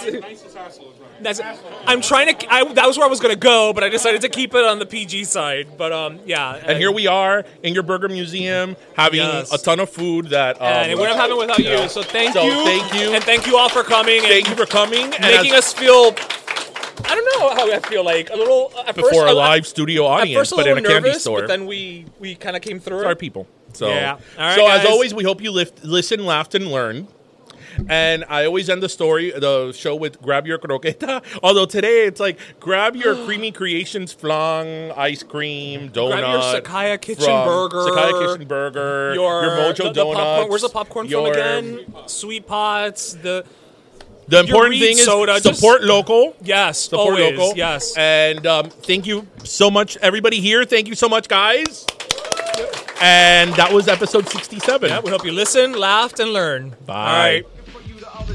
E: that's. I'm trying to. I, that was where I was gonna go, but I decided to keep it on the PG side. But um, yeah.
D: and here we are in your burger museum having
E: Yes.
D: a ton of food that um,
E: And it wouldn't have happened without you. So thank
D: So
E: you.
D: thank you.
E: And thank you all for coming.
D: Thank you
E: and
D: for coming and
E: making
D: as-
E: us feel. I don't know how I feel like a little at
D: before
E: first,
D: a
E: I-
D: live studio
E: At
D: audience,
E: first, a
D: but
E: little
D: in a
E: nervous,
D: candy store.
E: but then we we kind of came through.
D: It's our people. So,
E: Yeah. All right,
D: so as
E: guys.
D: always, we hope you lift, listen, laughed, and learned. And I always end the story, the show with grab your croqueta. Although today it's like grab your creamy creations flan, ice cream, donut,
E: your Sakaya Kitchen
D: from
E: burger,
D: Sakaya Kitchen burger, your, Mojo
E: the- the
D: donuts.
E: popcorn- where's the popcorn
D: your-
E: from again? Sweet pots. The
D: The important
E: Reed
D: thing is
E: soda, just-
D: support local.
E: yes,
D: Support
E: always,
D: local.
E: Yes.
D: And um, thank you so much, everybody here. Thank you so much, guys. And that was episode 67.
E: yeah, we hope you listen, laughed, and learned.
D: Bye.
E: All right.
H: for you the other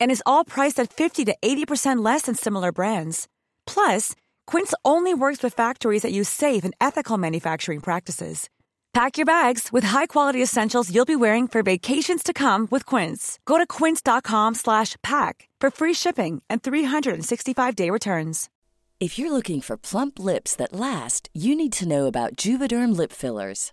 B: And is all priced at 50 to 80% less than similar brands. Plus, Quince only works with factories that use safe and ethical manufacturing practices. Pack your bags with high-quality essentials you'll be wearing for vacations to come with Quince. Go to quince.com slash pack for free shipping and 365-day returns.
A: If you're looking for plump lips that last, you need to know about Juvederm lip fillers.